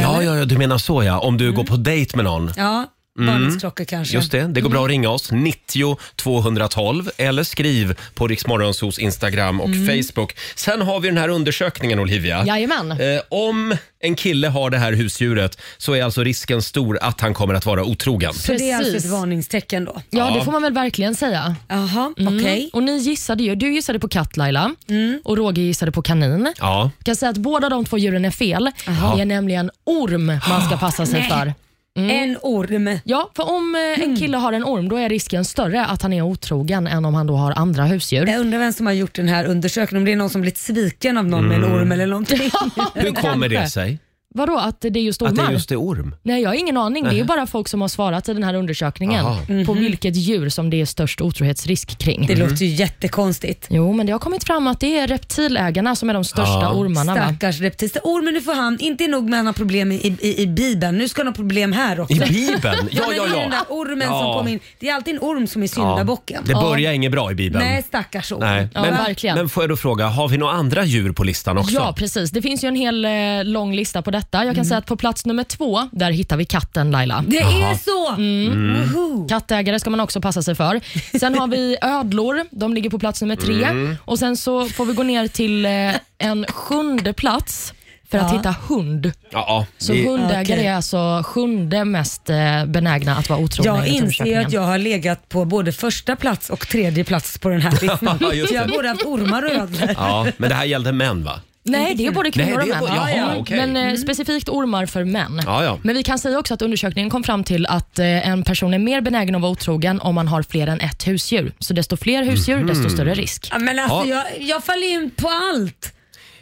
Ja, eller? Mm. ja, ja, du menar så ja. Om du går på dejt med någon. ja Mm. Mm. varningsklocka kanske. Just det, det går bra att ringa oss. 90 212 eller skriv på Riksmorgonsos Instagram och Mm. Facebook. Sen har vi den här undersökningen Olivia. Jajamän. Eh, om en kille har det här husdjuret så är alltså risken stor att han kommer att vara otrogen. Så det är alltså ett varningstecken då? Ja, Ja. det får man väl verkligen säga. Jaha, Mm. okej. Och ni gissade ju. Du gissade på katt Laila Mm. och Roger gissade på kanin. Ja. Jag kan säga att båda de två djuren är fel. Jaha. Det är nämligen orm man ska passa Ah. sig Nej. för. En orm? Ja, för om eh, en kille har en orm då är risken större att han är otrogen än om han då har andra husdjur. Jag undrar vem som har gjort den här undersökningen, om det är någon som blivit sviken av någon med en Mm. orm eller någonting. Hur kommer det sig? Vadå, att det är just ormar? Att det är just det orm? Nej, jag har ingen aning. Det är Nähä. ju bara folk som har svarat i den här undersökningen Aha. på vilket djur som det är störst otrohetsrisk kring. Det Mhm. låter ju jättekonstigt. Jo, men det har kommit fram att det är reptilägarna som är de största Ja. ormarna. Va? Stackars reptil. Ormen, nu får han, inte nog med att han har problem i, i, i Bibeln, nu ska han ha problem här också. I Bibeln? Ja, men ja, det är ja. Den där ormen Ja. som kom in. Det är alltid en orm som är syndabocken. Det börjar inget bra i Bibeln. Nej, stackars orm. Nej. men, men får jag då fråga, har vi några andra djur på listan också? Ja, precis. Det finns ju en hel eh, lång lista på detta. Jag kan säga att på plats nummer två, där hittar vi katten Laila. Det är Jaha. så! Mm. Mm. Kattägare ska man också passa sig för. Sen har vi ödlor, de ligger på plats nummer tre. Mm. Och Sen så får vi gå ner till eh, en sjunde plats för att Ja. hitta hund. Ja, Så vi- hundägare är alltså sjunde mest eh, benägna att vara otrogna Jag enligt inser undersökningen. att jag har legat på både första plats och tredje plats på den här listan. Ja, just Så jag har det. både haft ormar och ödlor. Ja, men det här gällde män va? Nej, det är både kvinnor Nej, det är och bo- män. jaha, Ja, ja. okej. Mm. Men eh, specifikt ormar för män. Ja, ja. Men vi kan säga också att undersökningen kom fram till att eh, en person är mer benägen att vara otrogen om man har fler än ett husdjur. Så desto fler husdjur, Mhm. desto större risk. Ja, men alltså, Ja. jag, jag faller in på allt.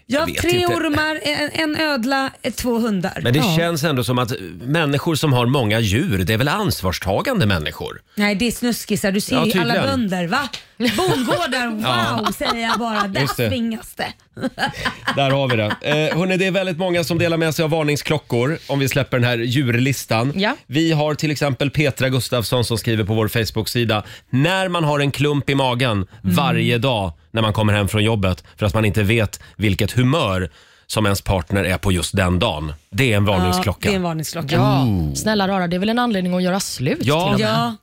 Jag har vet tre inte. ormar, en, en ödla, eh, två hundar. Men det Ja. känns ändå som att människor som har många djur, det är väl ansvarstagande människor? Nej, det är snuskisar. Du ser Ja, ju alla tydligen. bönder, va? Bondgårdar, Ja. wow, säger jag bara. Just Där det. svingas det. Där har vi det. Eh, hörni, det är väldigt många som delar med sig av varningsklockor om vi släpper den här djurlistan. Vi har till exempel Petra Gustafsson som skriver på vår Facebook-sida. När man har en klump i magen Mm. varje dag när man kommer hem från jobbet för att man inte vet vilket humör som ens partner är på just den dagen. Det är en varningsklocka. Ja, det är en varningsklocka. Ja. Ooh. Snälla rara, det är väl en anledning att göra slut till Ja, och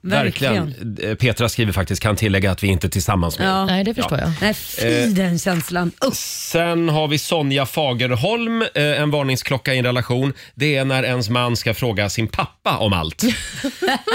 med. verkligen. Eh, Petra skriver faktiskt, kan tillägga att vi inte är tillsammans med Ja. er." Nej, det förstår jag. Nej, fy Eh. den känslan. Usch. Sen har vi Sonja Fagerholm, eh, en varningsklocka i en relation. Det är när ens man ska fråga sin pappa om allt.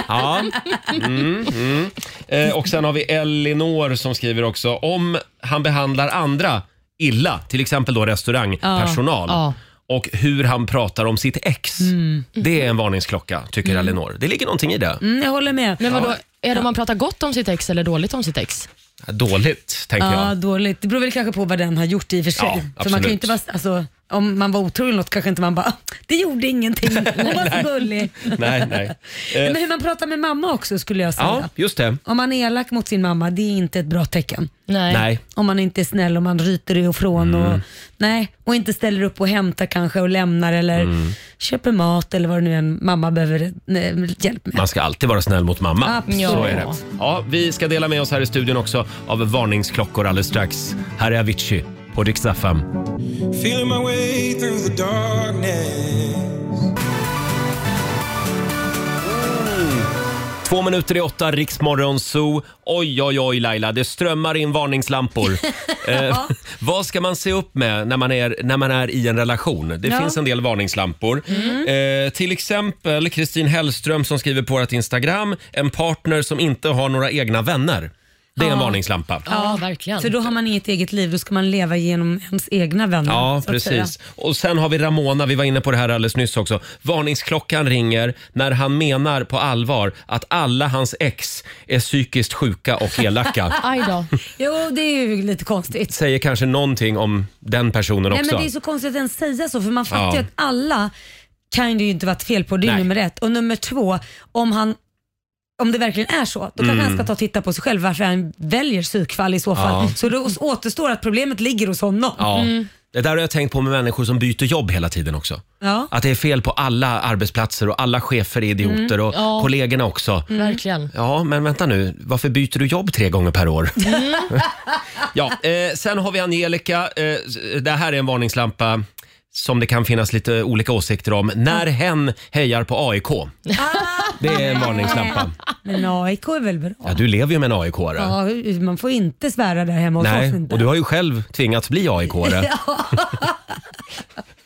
Ja. Mm, mm. Eh, Och sen har vi Elinor som skriver också, om han behandlar andra illa, till exempel då restaurangpersonal, Ja, och hur han pratar om sitt ex. Mm. Det är en varningsklocka, tycker Elinor. Det ligger någonting i det. Mm, jag håller med. Men vadå, är det om man pratar gott om sitt ex eller dåligt om sitt ex? Dåligt, tänker jag. Ja, dåligt. Det beror väl kanske på vad den har gjort i och för sig. Ja, för man kan absolut. ju inte vara, alltså, om man var otrogen något kanske inte man bara, "Ah, det gjorde ingenting, hon var Nej. så gullig. Nej, nej. Eh, Men hur man pratar med mamma också skulle jag säga. ja, just det. Om man är elak mot sin mamma, det är inte ett bra tecken. Nej. Nej. Om man inte är snäll och man ryter ifrån Mm. och, nej, och inte ställer upp och hämtar kanske och lämnar eller Mm. köper mat eller vad det nu är en mamma behöver eh, hjälp med. Man ska alltid vara snäll mot mamma. Absolut. Så är det. Ja, vi ska dela med oss här i studion också av varningsklockor alldeles strax. Här är Avicii på Rix FM. Feeling my way through the darkness Två minuter i åtta, Riksmorgon Zoo. Oj, oj, oj Laila, det strömmar in varningslampor. eh, vad ska man se upp med när man är, när man är i en relation? Det Ja. finns en del varningslampor. Eh, till exempel Kristin Hellström som skriver på vårt Instagram, en partner som inte har några egna vänner. Det är en Ja. varningslampa. Ja, verkligen. För då har man inget eget liv, då ska man leva genom ens egna vänner. så Ja, att säga. precis. Och sen har vi Ramona, vi var inne på det här alldeles nyss också. Varningsklockan ringer när han menar på allvar att alla hans ex är psykiskt sjuka och elaka. Aj då. Jo, det är ju lite konstigt. Säger kanske någonting om den personen Nej, också. men det är så konstigt att ens säga så, för man fattar Ja. ju att alla kan det ju inte varit fel på. Det är Nej. nummer ett. Och nummer två, om han om det verkligen är så, då kanske Mm. han ska ta och titta på sig själv varför han väljer psykfall i så fall. Ja. Så då återstår att problemet ligger hos honom. Ja. Mm. Det där har jag tänkt på med människor som byter jobb hela tiden också. Ja. Att det är fel på alla arbetsplatser och alla chefer är idioter Mm. och Ja. kollegorna Mm. också. Verkligen. Ja, men vänta nu. Varför byter du jobb tre gånger per år? Ja, eh, sen har vi Angelica. Eh, det här är en varningslampa som det kan finnas lite olika åsikter om. När Mm. hen hejar på AIK. Ah. Det är en varningslampa. Men AIK är väl bra? Ja, du lever ju med en AIK-are. Ja, man får inte svära där hemma hos Nej, oss. Inte. och du har ju själv tvingats bli AIK-are.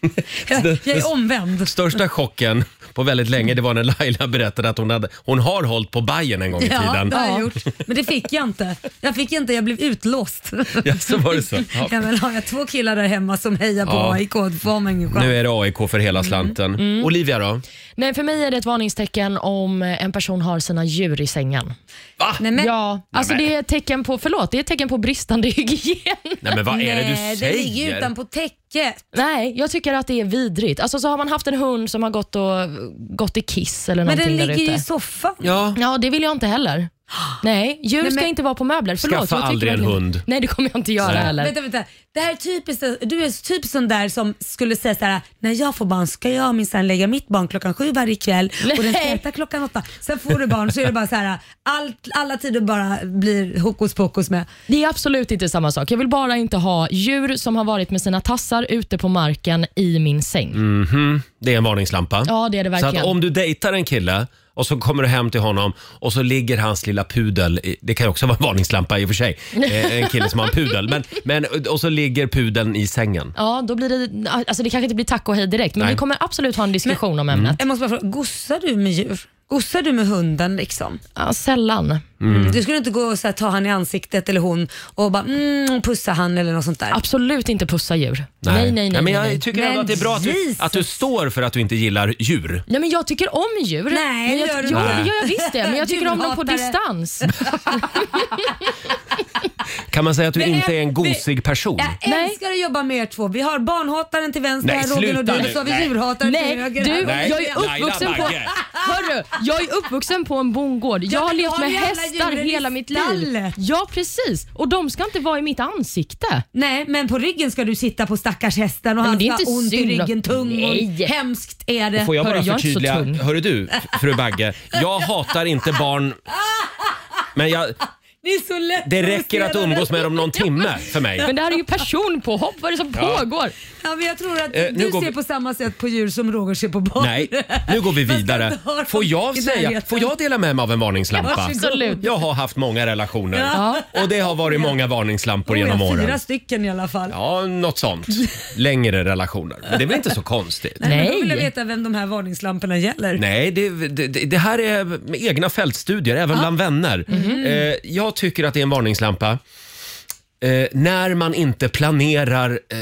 Ja. jag, jag är omvänd. Största chocken på väldigt länge det var när Laila berättade att hon, hade, hon har hållit på Bayern en gång i Ja, tiden. det har jag gjort. Men det fick jag inte. Jag fick inte, jag blev utlåst. Ja, så var det så. Ja. Ja, men har jag två killar där hemma som hejar på Ja. AIK, då får man ingen chans. Nu är det AIK för hela slanten. Mm. Olivia då? Nej, för mig är det ett varningstecken om en person har sina djur i sängen. Va? Nej, men, ja, alltså Nej, men. det är ett tecken på, förlåt, det är ett tecken på bristande hygien. Nej men vad är det du Nej, säger? Det ligger ju utanpå täcket. Mycket! Nej, jag tycker att det är vidrigt. Alltså så har man haft en hund som har gått, och, gått i kiss eller Men den någonting där ligger ju i ute. soffan. Ja. ja, det vill jag inte heller. Nej, djur Nej, men- ska inte vara på möbler. Förlåt, Skaffa jag tycker aldrig en verkligen- hund. Nej, det kommer jag inte göra Nej. heller. Vänta, vänta. Det här är typiskt, du är typ sån där som skulle säga så här: när jag får barn ska jag minsann lägga mitt barn klockan sju varje kväll och den ska Nej. äta klockan åtta. Sen får du barn så är det bara så här, allt, alla tider bara blir hokus pokus med. Det är absolut inte samma sak. Jag vill bara inte ha djur som har varit med sina tassar ute på marken i min säng. Mhm, det är en varningslampa. Ja, det är Så det verkligen. att om du dejtar en kille och så kommer du hem till honom och så ligger hans lilla pudel, i, det kan ju också vara en varningslampa i och för sig, eh, en kille som har en pudel, men, men, och så ligger pudeln i sängen. Ja, då blir det, alltså det kanske inte blir tack och hej direkt, men Nej. Mm. vi kommer absolut ha en diskussion om ämnet. Jag måste bara fråga, gossar du med djur? Gossar du med hunden liksom? Ja, sällan. Mm. Du skulle inte gå och så här, ta han i ansiktet eller hon och bara mm, pussa han eller något sånt där? Absolut inte pussa djur. Nej, nej, nej. nej, men jag nej. tycker ändå att det är bra att du, att du står för att du inte gillar djur. Nej, men jag tycker om djur. Nej, det men jag, gör du jo, inte. det gör jag visst det, men jag tycker om dem på Djurhatare. distans. Kan man säga att du Men inte jag- är en gosig person? Jag älskar att jobba med er två. Vi har barnhataren till vänster, Nej, här, Robin och sluta du, nu. så har vi Nej. djurhataren Nej, till höger. du, här. Nej, jag är Laila uppvuxen på... Bagge. Hörru, jag är uppvuxen på en bondgård. Jag har men levt har med ni alla hästar djuren i hela mitt liv. stallet? Ja, precis. Och de ska inte vara i mitt ansikte. Nej, men på ryggen ska du sitta på stackars hästen och Nej, men han det är ska inte ha ont i synd om- ryggen, tung Nej. och hemskt är det. Får jag bara Hörru, jag är inte så förtydliga, tung. hörru du fru Bagge, jag hatar inte barn men jag, Det är så lätt det räcker att provocera umgås det. med dem någon timme för mig. Men det här är ju personpåhopp. Vad är det som Ja. pågår? Ja, men jag tror att Eh, nu du går ser vi- på samma sätt på djur som Roger ser på barn. Nej, nu går vi vidare. inte ha dem Får jag, i säga, närheten. får jag dela med mig av en varningslampa? Varsågod. Jag har haft många relationer Ja. och det har varit många varningslampor genom Fyra åren. stycken i alla fall. Ja, något sånt. Längre relationer. Men det är väl inte så konstigt? Nej, Men då vill jag Nej. veta vem de här varningslamporna gäller. Nej, det, det, det här är egna fältstudier, även bland vänner. Eh, jag tycker att det är en varningslampa. Eh, när man inte planerar eh,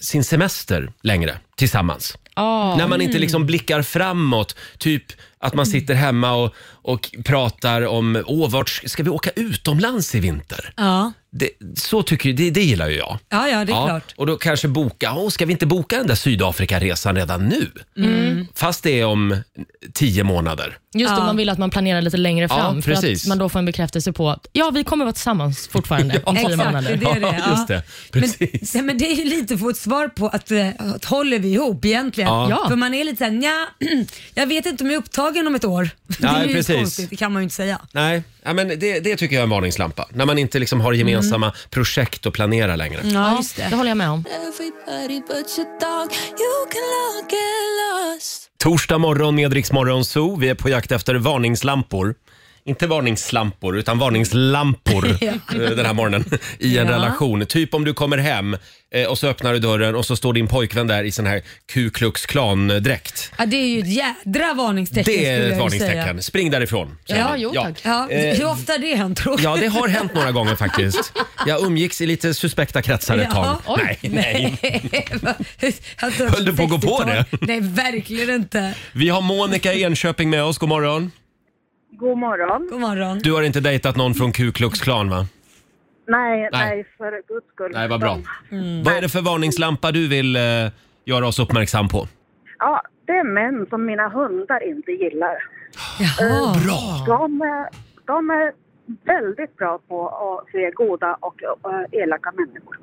sin semester längre tillsammans. Ah. När man inte liksom blickar framåt, typ att man sitter hemma och, och pratar om åh, vart ska ska vi åka utomlands i vinter? Ja, Det, så tycker, det, det gillar ju jag. ja, ja det är Ja, klart. Och då kanske boka, åh, ska vi inte boka den där Sydafrikaresan redan nu? Mm. Fast det är om tio månader. Just det, Ja. man vill att man planerar lite längre Ja, fram för precis. att man då får en bekräftelse på att ja, vi kommer vara tillsammans fortfarande om tio Exakt, månader. det är det. Ja, just det. Precis. Men, nej, men det är ju lite att få ett svar på att, eh, att håller vi ihop egentligen? Ja. Ja. För man är lite såhär, nja, jag vet inte om jag är upptagen om ett år. det är Nej, ju precis. konstigt, det kan man ju inte säga. Nej, ja, men det, det tycker jag är en varningslampa. När man inte liksom har gemensamma Mm. projekt att planera längre. Ja, just Det det. håller jag med om. Everybody but your dog, you can all get lost. Torsdag morgon med Rix Morgon Zoo. Vi är på jakt efter varningslampor. Inte varningslampor, utan varningslampor eh, den här morgonen i en Ja. relation. Typ om du kommer hem eh, och så öppnar du dörren och så står din pojkvän där i sån här Ku Klux Klan-dräkt. Ja, det är ju ett jädra varningstecken Det skulle är ett jag ju varningstecken. säga. Spring därifrån. säger Ja, man. jo, tack. Ja, Eh, hur ofta har det hänt Roger? Ja, det har hänt några gånger faktiskt. Jag umgicks i lite suspekta kretsar ett tag. Ja, oj. Nej, nej. alltså, Höll du på att gå på 60-tal? det? Nej, verkligen inte. Vi har Monica i Enköping med oss. God morgon. God morgon. God morgon. Du har inte dejtat någon från Ku Klux Klan, va? Nej, nej, Nej. för guds skull. Nej, vad bra. Vad är det för varningslampa du vill eh, göra oss uppmärksam på? Ja, det är män som mina hundar inte gillar. Jaha. De, är- de är väldigt bra på att se goda och eh, elaka människor.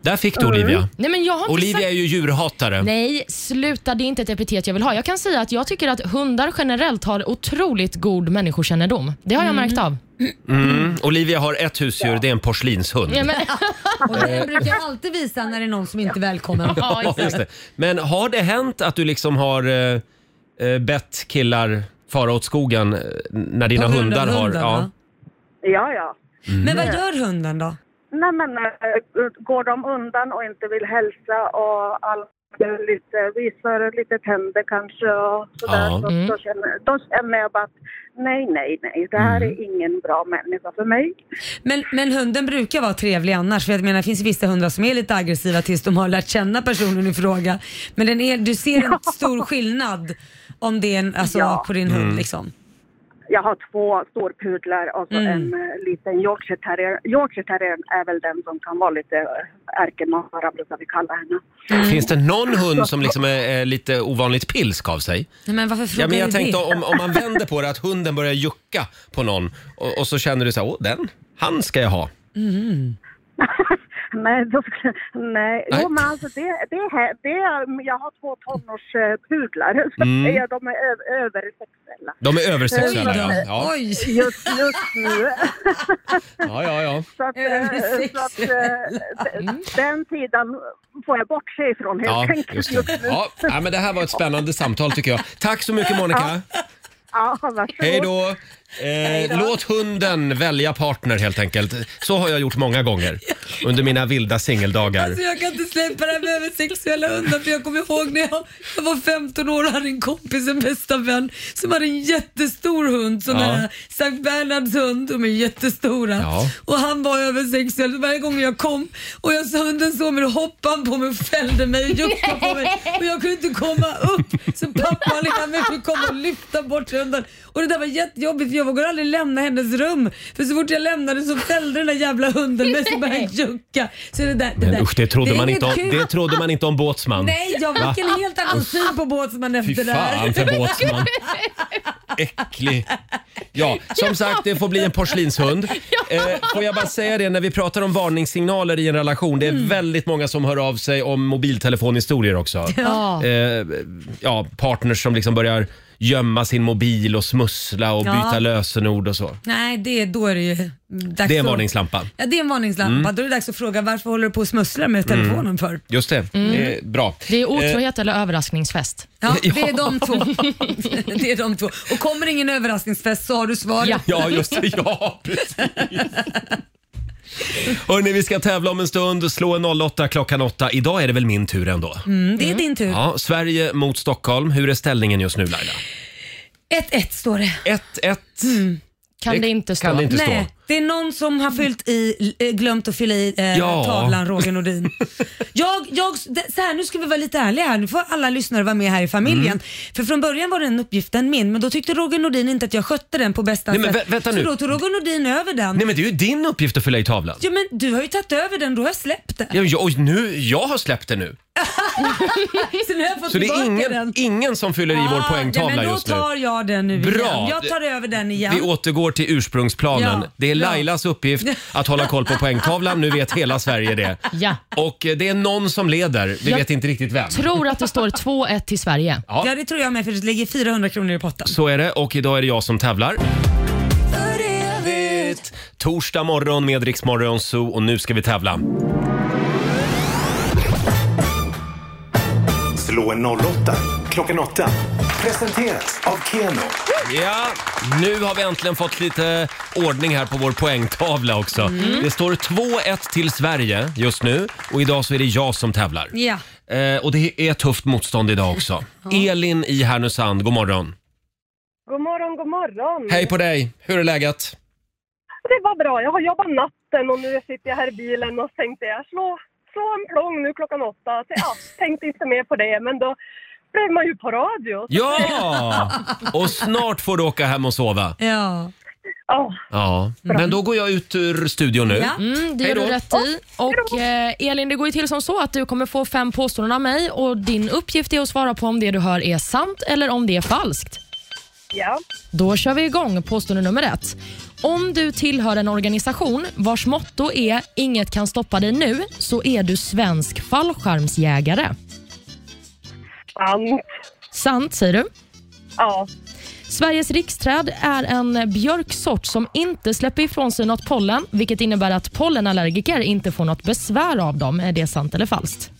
Där fick du Olivia. Nej, men jag har inte sagt... Olivia är ju djurhatare. Nej, sluta. Det är inte ett epitet jag vill ha. Jag kan säga att jag tycker att hundar generellt har otroligt god människokännedom. Det har jag märkt av. Mm. Olivia har ett husdjur, det är en porslinshund. Ja, men, Och Eh. den brukar jag alltid visa när det är någon som inte är välkommen. ja, Ja, exakt. just det. Men har det hänt att du liksom har eh, eh, bett killar fara åt skogen eh, när dina På grund av hundar har... hunden, ja. Mm. va? Ja, ja. Men vad gör hunden då? Nej, men eh, går de undan och inte vill hälsa och all, lite, visar lite tänder kanske och sådär, Ja. så, så känner, då känner jag bara att nej, nej, nej, det här är ingen bra människa för mig. Men, men hunden brukar vara trevlig annars. För jag menar, det finns ju vissa hundar som är lite aggressiva tills de har lärt känna personen i fråga. Men den är, du ser en stor skillnad om det är en, alltså, Ja. Mm. på din hund. Liksom. Jag har två storpudlar och så Mm. en eh, liten Yorkshire terrier. Yorkshire terriern är väl den som kan vara lite eh, ärkemara brukar vi kalla henne. Mm. Finns det någon hund som liksom är, är lite ovanligt pilsk av sig? Nej, men varför frågar Ja, men jag du tänkte det? om, om man vänder på det, att hunden börjar jucka på någon och, och så känner du så här, åh den, han ska jag ha. Mm. nej, då, nej. Jo, men alltså det, det, här, det är, jag har två tonårspudlar. så att Mm. säga. De är ö- översexuella. De är översexuella, Eh, ja. Ja. Oj. Just, just nu. Ja, ja, ja. Så att, eh, så att, eh, d- den sidan får jag bortse ifrån helt Ja, enkelt just just det. nu. Ja, nej, men det här var ett spännande samtal tycker jag. Tack så mycket Monica. Ja, varsågod. Hej då. Eh, låt hunden välja partner helt enkelt. Så har jag gjort många gånger under mina vilda singeldagar. Alltså jag kan inte släppa det här med översexuella hundar för jag kommer ihåg när jag, jag var 15 år och hade en kompis, en bästa vän, som hade en jättestor hund, sån Ja. här Sankt Bernhards hund, de är jättestora. Ja. Och han var översexuell varje gång jag kom och jag så hunden såg mig då hoppade han på mig och fällde mig och juckade på mig och jag kunde inte komma upp. Så pappa och lilla mig fick komma och lyfta bort hunden. Och det där var jättejobbigt för jag vågade aldrig lämna hennes rum. För så fort jag lämnade så fällde den där jävla hunden mig så började jag jucka. Så det där, det Men där, usch, det trodde, är man inget inte om, kul. det trodde man inte om Båtsman. Nej, jag Va? fick en helt annan syn på båtsman efter det här. fan för båtsman. Äcklig. Ja, som sagt, det får bli en porslinshund. Eh, får jag bara säga det, när vi pratar om varningssignaler i en relation, det är väldigt många som hör av sig om mobiltelefonhistorier också. Ja. Eh, ja, partners som liksom börjar gömma sin mobil och smussla och Ja. byta lösenord och så. Nej, det, då är det ju dags Det är en att- varningslampa. Ja, det är en varningslampa. Mm. Då är det dags att fråga varför håller du på och smusslar med telefonen Mm. för? Just det, Mm. det är bra. Det är Eh, otrohet eller överraskningsfest. Ja, det är de två. det är de två. Och kommer ingen överraskningsfest så har du svaret. Ja, just det. Ja, precis. Hörni, vi ska tävla om en stund. Slå en 08 klockan 8. Idag är det väl min tur ändå? Mm, det är din tur. 1-1 Ja, Sverige mot Stockholm. Hur är ställningen just nu Laila? står det. 1-1. Mm. Kan det, inte stå? kan det inte stå. Nej, det är någon som har fyllt i, eh, glömt att fylla i eh, Ja. tavlan, Roger Nordin. jag, jag, det- så här, nu ska vi vara lite ärliga här, nu får alla lyssnare vara med här i familjen. Mm. För från början var den uppgiften min, men då tyckte Roger Nordin inte att jag skötte den på bästa Nej, men sätt. vä- vänta nu. Så då tog Roger Nordin över den. Nej men det är ju din uppgift att fylla i tavlan. Ja, men du har ju tagit över den, då har jag släppt den. Ja, jag, oj, nu, jag har släppt det nu. så nu har jag fått Så det tillbaka är den. Ah, ingen, ingen som fyller i vår ja, poängtavla men då just nu. tar jag den nu Bra. igen. Jag tar över den igen. Vi återgår till ursprungsplanen. Ja, det är bra. Lailas uppgift att hålla koll på poängtavlan. Nu vet hela Sverige det. Ja. Och eh, det är någon som leder. Vi Jag vet inte riktigt vem. Tror att det står 2-1 till Sverige. Ja. Ja, det tror jag med för det ligger 400 kronor i potten. Så är det och idag är det jag som tävlar. Torsdag morgon med Rix Morgon Zoo och nu ska vi tävla. Slå en 08 klockan 8. Presenteras av Keno. Ja, nu har vi äntligen fått lite ordning här på vår poängtavla också. Mm. Det står 2-1 till Sverige just nu och idag så är det jag som tävlar. Ja. Eh, och det är tufft motstånd idag också. Elin i Härnösand, god morgon. God morgon, god morgon. Hej på dig, hur är läget? Det var bra. Jag har jobbat natten och nu sitter jag här i bilen och tänkte jag slå, slå en plång nu klockan åtta. Så, ja, tänkte inte mer på det, men då blev man ju på radio. Så- Ja! Och snart får du åka hem och sova. Ja. Ja. Ja, men då går jag ut ur studion nu. Mm, det Hej gör du då. rätt i. Och, eh, Elin, det går ju till som så att du kommer få fem påståenden av mig och din uppgift är att svara på om det du hör är sant eller om det är falskt. Ja. Då kör vi igång påstående nummer ett. Om du tillhör en organisation vars motto är “Inget kan stoppa dig nu” så är du svensk fallskärmsjägare. Sant. Sant, säger du? Ja. Sveriges riksträd är en björksort som inte släpper ifrån sig något pollen vilket innebär att pollenallergiker inte får något besvär av dem. Är det sant eller falskt?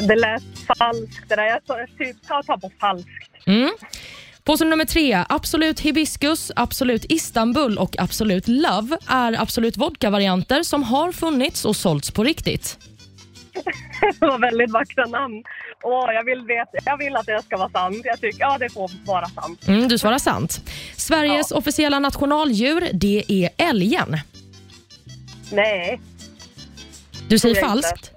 Det lät falskt det där. Jag sa typ, ta, ta på falskt. Mm. Påstående nummer tre. Absolut hibiskus, Absolut Istanbul och Absolut Love är Absolut vodka-varianter som har funnits och sålts på riktigt. Det var väldigt vackra namn. Åh, jag vill, veta, jag vill att det ska vara sant. Jag tycker, ja det får vara sant. Mm, du svarar sant. Sveriges officiella nationaldjur, det är älgen. Nej. Du säger Tror jag falskt. Inte.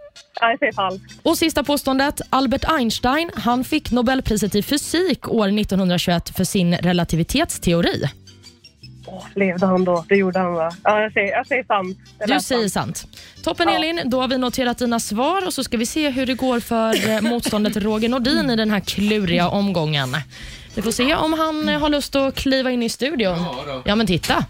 Nej, säg falskt. Och sista påståendet. Albert Einstein han fick Nobelpriset i fysik år 1921 för sin relativitetsteori. Levde han då? Det gjorde han va? Ja, jag säger, jag säger sant. Det Du lät säger sant. Toppen Elin, då har vi noterat dina svar och så ska vi se hur det går för eh, motståndet Roger Nordin i den här kluriga omgången. Vi får se om han eh, har lust att kliva in i studion. Ja då. Ja men titta,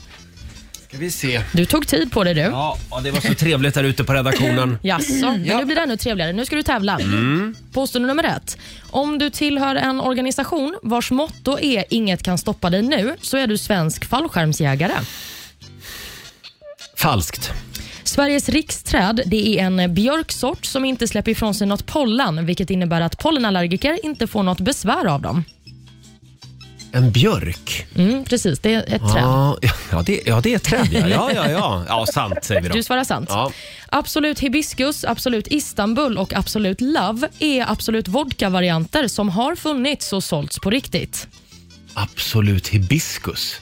Ska vi se. du tog tid på det du. Ja, ja, det var så trevligt där ute på redaktionen. Jaså, men nu blir det ännu trevligare. Nu ska du tävla. Mm. Påstående nummer ett. Om du tillhör en organisation vars motto är “Inget kan stoppa dig nu” så är du svensk fallskärmsjägare. Falskt. Sveriges riksträd det är en björksort som inte släpper ifrån sig något pollen vilket innebär att pollenallergiker inte får något besvär av dem. En björk? Mm, precis, det är ett Ah. träd. Ja, ja, det, ja, det är ett träd. Ja, ja, ja. ja. ja sant säger vi då. Du svarar sant. Ja. Absolut hibiskus, Absolut Istanbul och Absolut Love är Absolut vodka-varianter som har funnits och sålts på riktigt. Absolut hibiskus.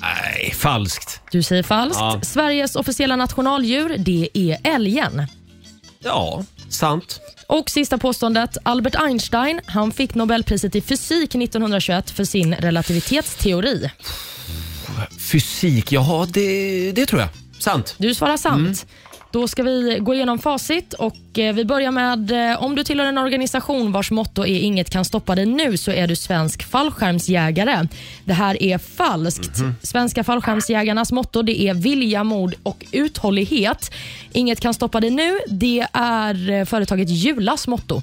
Nej, falskt. Du säger falskt. Ja. Sveriges officiella nationaldjur, det är älgen. Ja, sant. Och sista påståendet. Albert Einstein han fick Nobelpriset i fysik 1921 för sin relativitetsteori. Fysik, jaha, det, det tror jag. Sant. Du svarar sant. Då ska vi gå igenom facit och eh, vi börjar med eh, om du tillhör en organisation vars motto är “Inget kan stoppa dig nu” så är du svensk fallskärmsjägare. Det här är falskt. Mhm. Svenska fallskärmsjägarnas motto det är vilja, mod och uthållighet. “Inget kan stoppa dig nu” det är eh, företaget Julas motto.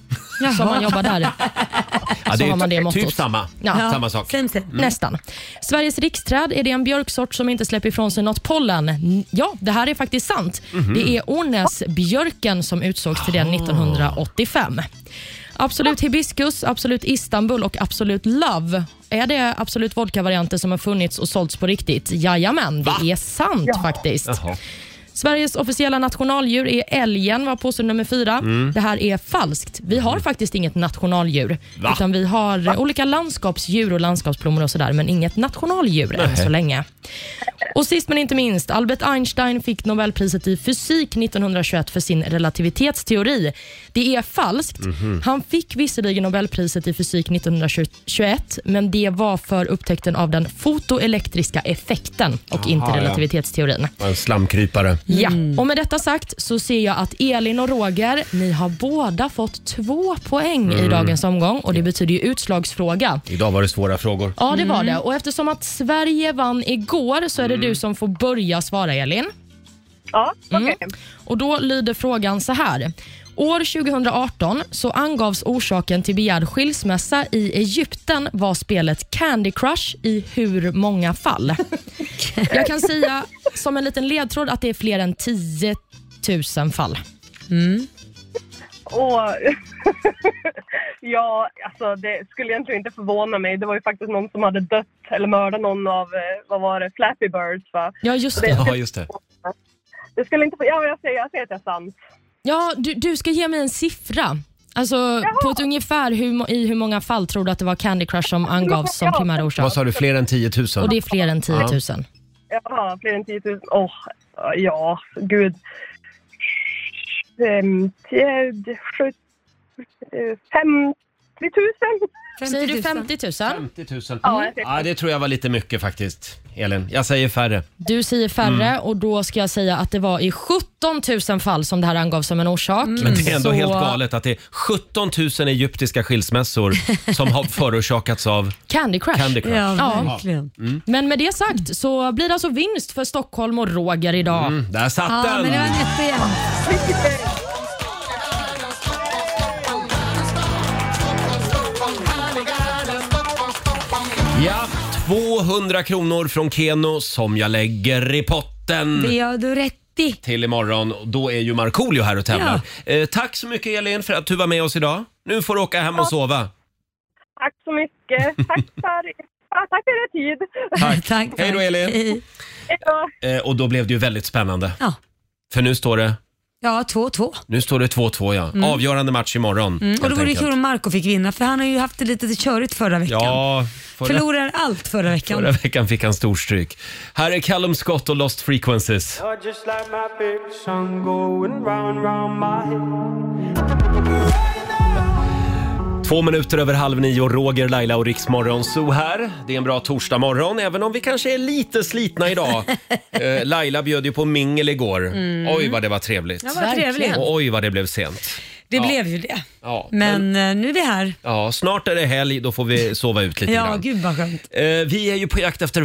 Som man jobbar där. Ja, Så det är har man det typ mottot. samma, Ja. samma sak. Mm. Nästan. Sveriges riksträd, är det en björksort som inte släpper ifrån sig något pollen? N- Ja, det här är faktiskt sant. Mhm. Det är Ornäsbjörken som utsågs till den 1985. Absolut hibiskus, Absolut Istanbul och Absolut Love. Är det Absolut vodka-varianter som har funnits och sålts på riktigt? Jajamän, det är sant faktiskt. Jaha. Sveriges officiella nationaldjur är älgen, var påstående nummer fyra. Mm. Det här är falskt. Vi har faktiskt inget nationaldjur. Va? Utan vi har eh, olika landskapsdjur och landskapsblommor och sådär, men inget nationaldjur än Nej. så länge. Och sist men inte minst, Albert Einstein fick Nobelpriset i fysik 1921 för sin relativitetsteori. Det är falskt. Mhm. Han fick visserligen Nobelpriset i fysik 1921, men det var för upptäckten av den fotoelektriska effekten och Jaha, inte ja. relativitetsteorin. En slamkrypare. Ja, och med detta sagt så ser jag att Elin och Roger, ni har båda fått två poäng i Mm. dagens omgång och det betyder ju utslagsfråga. Idag var det svåra frågor. Ja, det var det. Mm. Och eftersom att Sverige vann igår så är det du som får börja svara, Elin. Ja, okej. Och då lyder frågan så här. År 2018 så angavs orsaken till begärd skilsmässa i Egypten var spelet Candy Crush i hur många fall? Jag kan säga som en liten ledtråd att det är fler än 10 000 fall. Och, ja, alltså det skulle egentligen inte förvåna mig. Det var ju faktiskt någon som hade dött eller mördat någon av, eh, vad var det, Flappy Birds va? Ja, just Så det. Ja, just det. Det skulle inte, ja jag säger, jag säger att jag är sant. Ja, du, du ska ge mig en siffra. Alltså på ett ungefär hur, mo- i hur många fall tror du att det var Candy Crush som angavs som primär Vad orsak? sa du, fler än 10 000? Och det är fler än 10 000. Ja, fler än 10 000. Åh, ja, gud. Ehm, tio- sju- eh, 50 000? Säger du 50 000? 50 000. Ja, jag Ja, det tror jag var lite mycket faktiskt, Elin. Jag säger färre. Du säger färre Mm. och då ska jag säga att det var i 17 000 fall som det här angavs som en orsak. Mm. Men det är ändå Mm. Så- helt galet att det är 17 000 egyptiska skilsmässor som har förorsakats av... Candy Crush. Candy Crush. Ja, verkligen. Men med det sagt så blir det alltså vinst för Stockholm och Roger idag. Mm, där satt Ja, den! men det var Ja, 200 kronor från Keno som jag lägger i potten. Det gör du rätt i. Till imorgon. Och Då är ju Markoolio här och tävlar. Eh, tack så mycket Elin för att du var med oss idag. Nu får du åka hem och sova. Tack så mycket. Tack för, ja, tack för er tid. Tack. Hej då Elin. Eh, och då blev det ju väldigt spännande. Ja. För nu står det Ja, 2-2. nu står det 2-2 ja. Mm. Avgörande match imorgon. Mm. helt Och det vore ju enkelt. kul om Marco fick vinna för han har ju haft det lite körigt förra veckan. Ja, Förra- Förlorar allt förra veckan. Förra veckan fick han storstryk. Här är Callum Scott och Lost Frequencies. You're just like my favorite song going round, round my Två minuter över halv nio, Roger, Laila och Riksmorgon Zoo här. Det är en bra torsdagmorgon, även om vi kanske är lite slitna idag. Eh, Laila bjöd ju på mingel igår. Mm. Oj, vad det var trevligt. Ja, vad trevligt. Och oj, vad det blev sent. Det ja. blev ju det. Ja. Men eh, nu är vi här. ja, snart är det helg, då får vi sova ut lite Ja, grann. gud vad skönt. Eh, vi är ju på jakt efter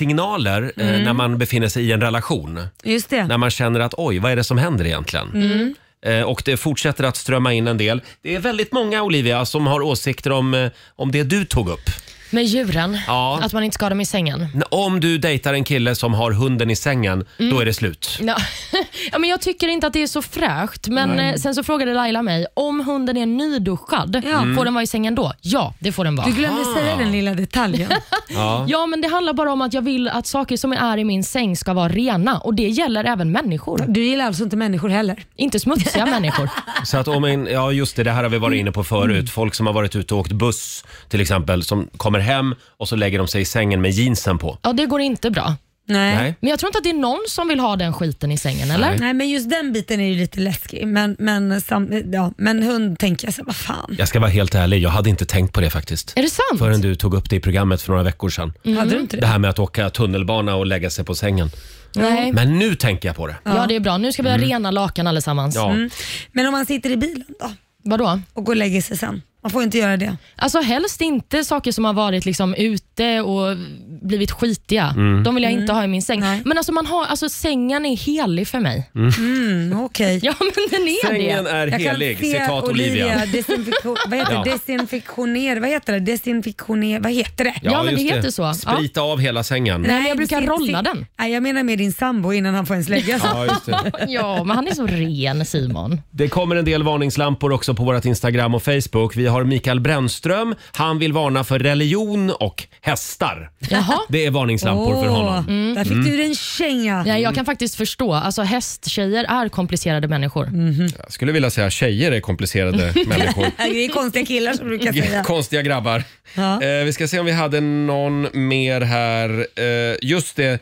varningssignaler eh, Mm. när man befinner sig i en relation. Just det. När man känner att oj, vad är det som händer egentligen? Mm. Eh, Och det fortsätter att strömma in en del. Det är väldigt många, Olivia, som har åsikter om, eh, om det du tog upp. Med djuren, Ja. att man inte ska ha dem i sängen. N- Om du dejtar en kille som har hunden i sängen, Mm. då är det slut. Ja. ja, men jag tycker inte att det är så fräscht. Men Nej. eh, sen så frågade Laila mig, om hunden är nyduschad, Ja. Mm. får den vara i sängen då? Ja, det får den vara. Du glömde säga den lilla detaljen. Ja. Ja, men det handlar bara om att jag vill att saker som är i min säng ska vara rena och det gäller även människor. Du gillar alltså inte människor heller? Inte smutsiga människor. Så att om en, ja just det, det här har vi varit inne på Mm. förut. Folk som har varit ute och åkt buss till exempel, som kommer hem och så lägger de sig i sängen med jeansen på. Ja, det går inte bra. Nej. Nej. Men jag tror inte att det är någon som vill ha den skiten i sängen, eller? Nej, men just den biten är ju lite läskig. Men, men, sam, ja, men hund tänker jag så här, vad fan. Jag ska vara helt ärlig, jag hade inte tänkt på det faktiskt. Är det sant? Förrän du tog upp det i programmet för några veckor sedan. Mm. Hade du inte det? Det här med att åka tunnelbana och lägga sig på sängen. Mm. Nej. Men nu tänker jag på det. Ja, det är bra. Nu ska vi ha Mm. rena lakan allesammans. Ja. Mm. Men om man sitter i bilen då? Vadå? Och går och lägger sig sen? Man får inte göra det. Alltså helst inte saker som har varit liksom ute och blivit skitiga. Mm. De vill jag Mm. inte ha i min säng. Men alltså, man har, alltså sängen är helig för mig. Mm. Mm, Okej. Ja, men den är Sängen det. är Jag kan helig, se citat Olivia. desinfektion, vad heter Ja. det? Desinfektioner, vad heter det? Desinfektioner, vad heter det? just Sprita av hela sängen. jag brukar rolla den. Nej, jag menar med din sambo innan han får ens lägga sig. Ja, just det. ja, men han är så ren Simon. Det kommer en del varningslampor också på vårt Instagram och Facebook. Vi har Mikael Brännström. Han vill varna för religion och hästar. Jaha. Det är varningslampor för honom. Där fick Mm. du en känga. Ja, jag kan faktiskt förstå. Alltså hästtjejer är komplicerade människor. Mm. Jag skulle vilja säga tjejer är komplicerade människor. Det är konstiga killar som brukar säga. Konstiga grabbar. Ja. Eh, vi ska se om vi hade någon mer här. Eh, just det, eh,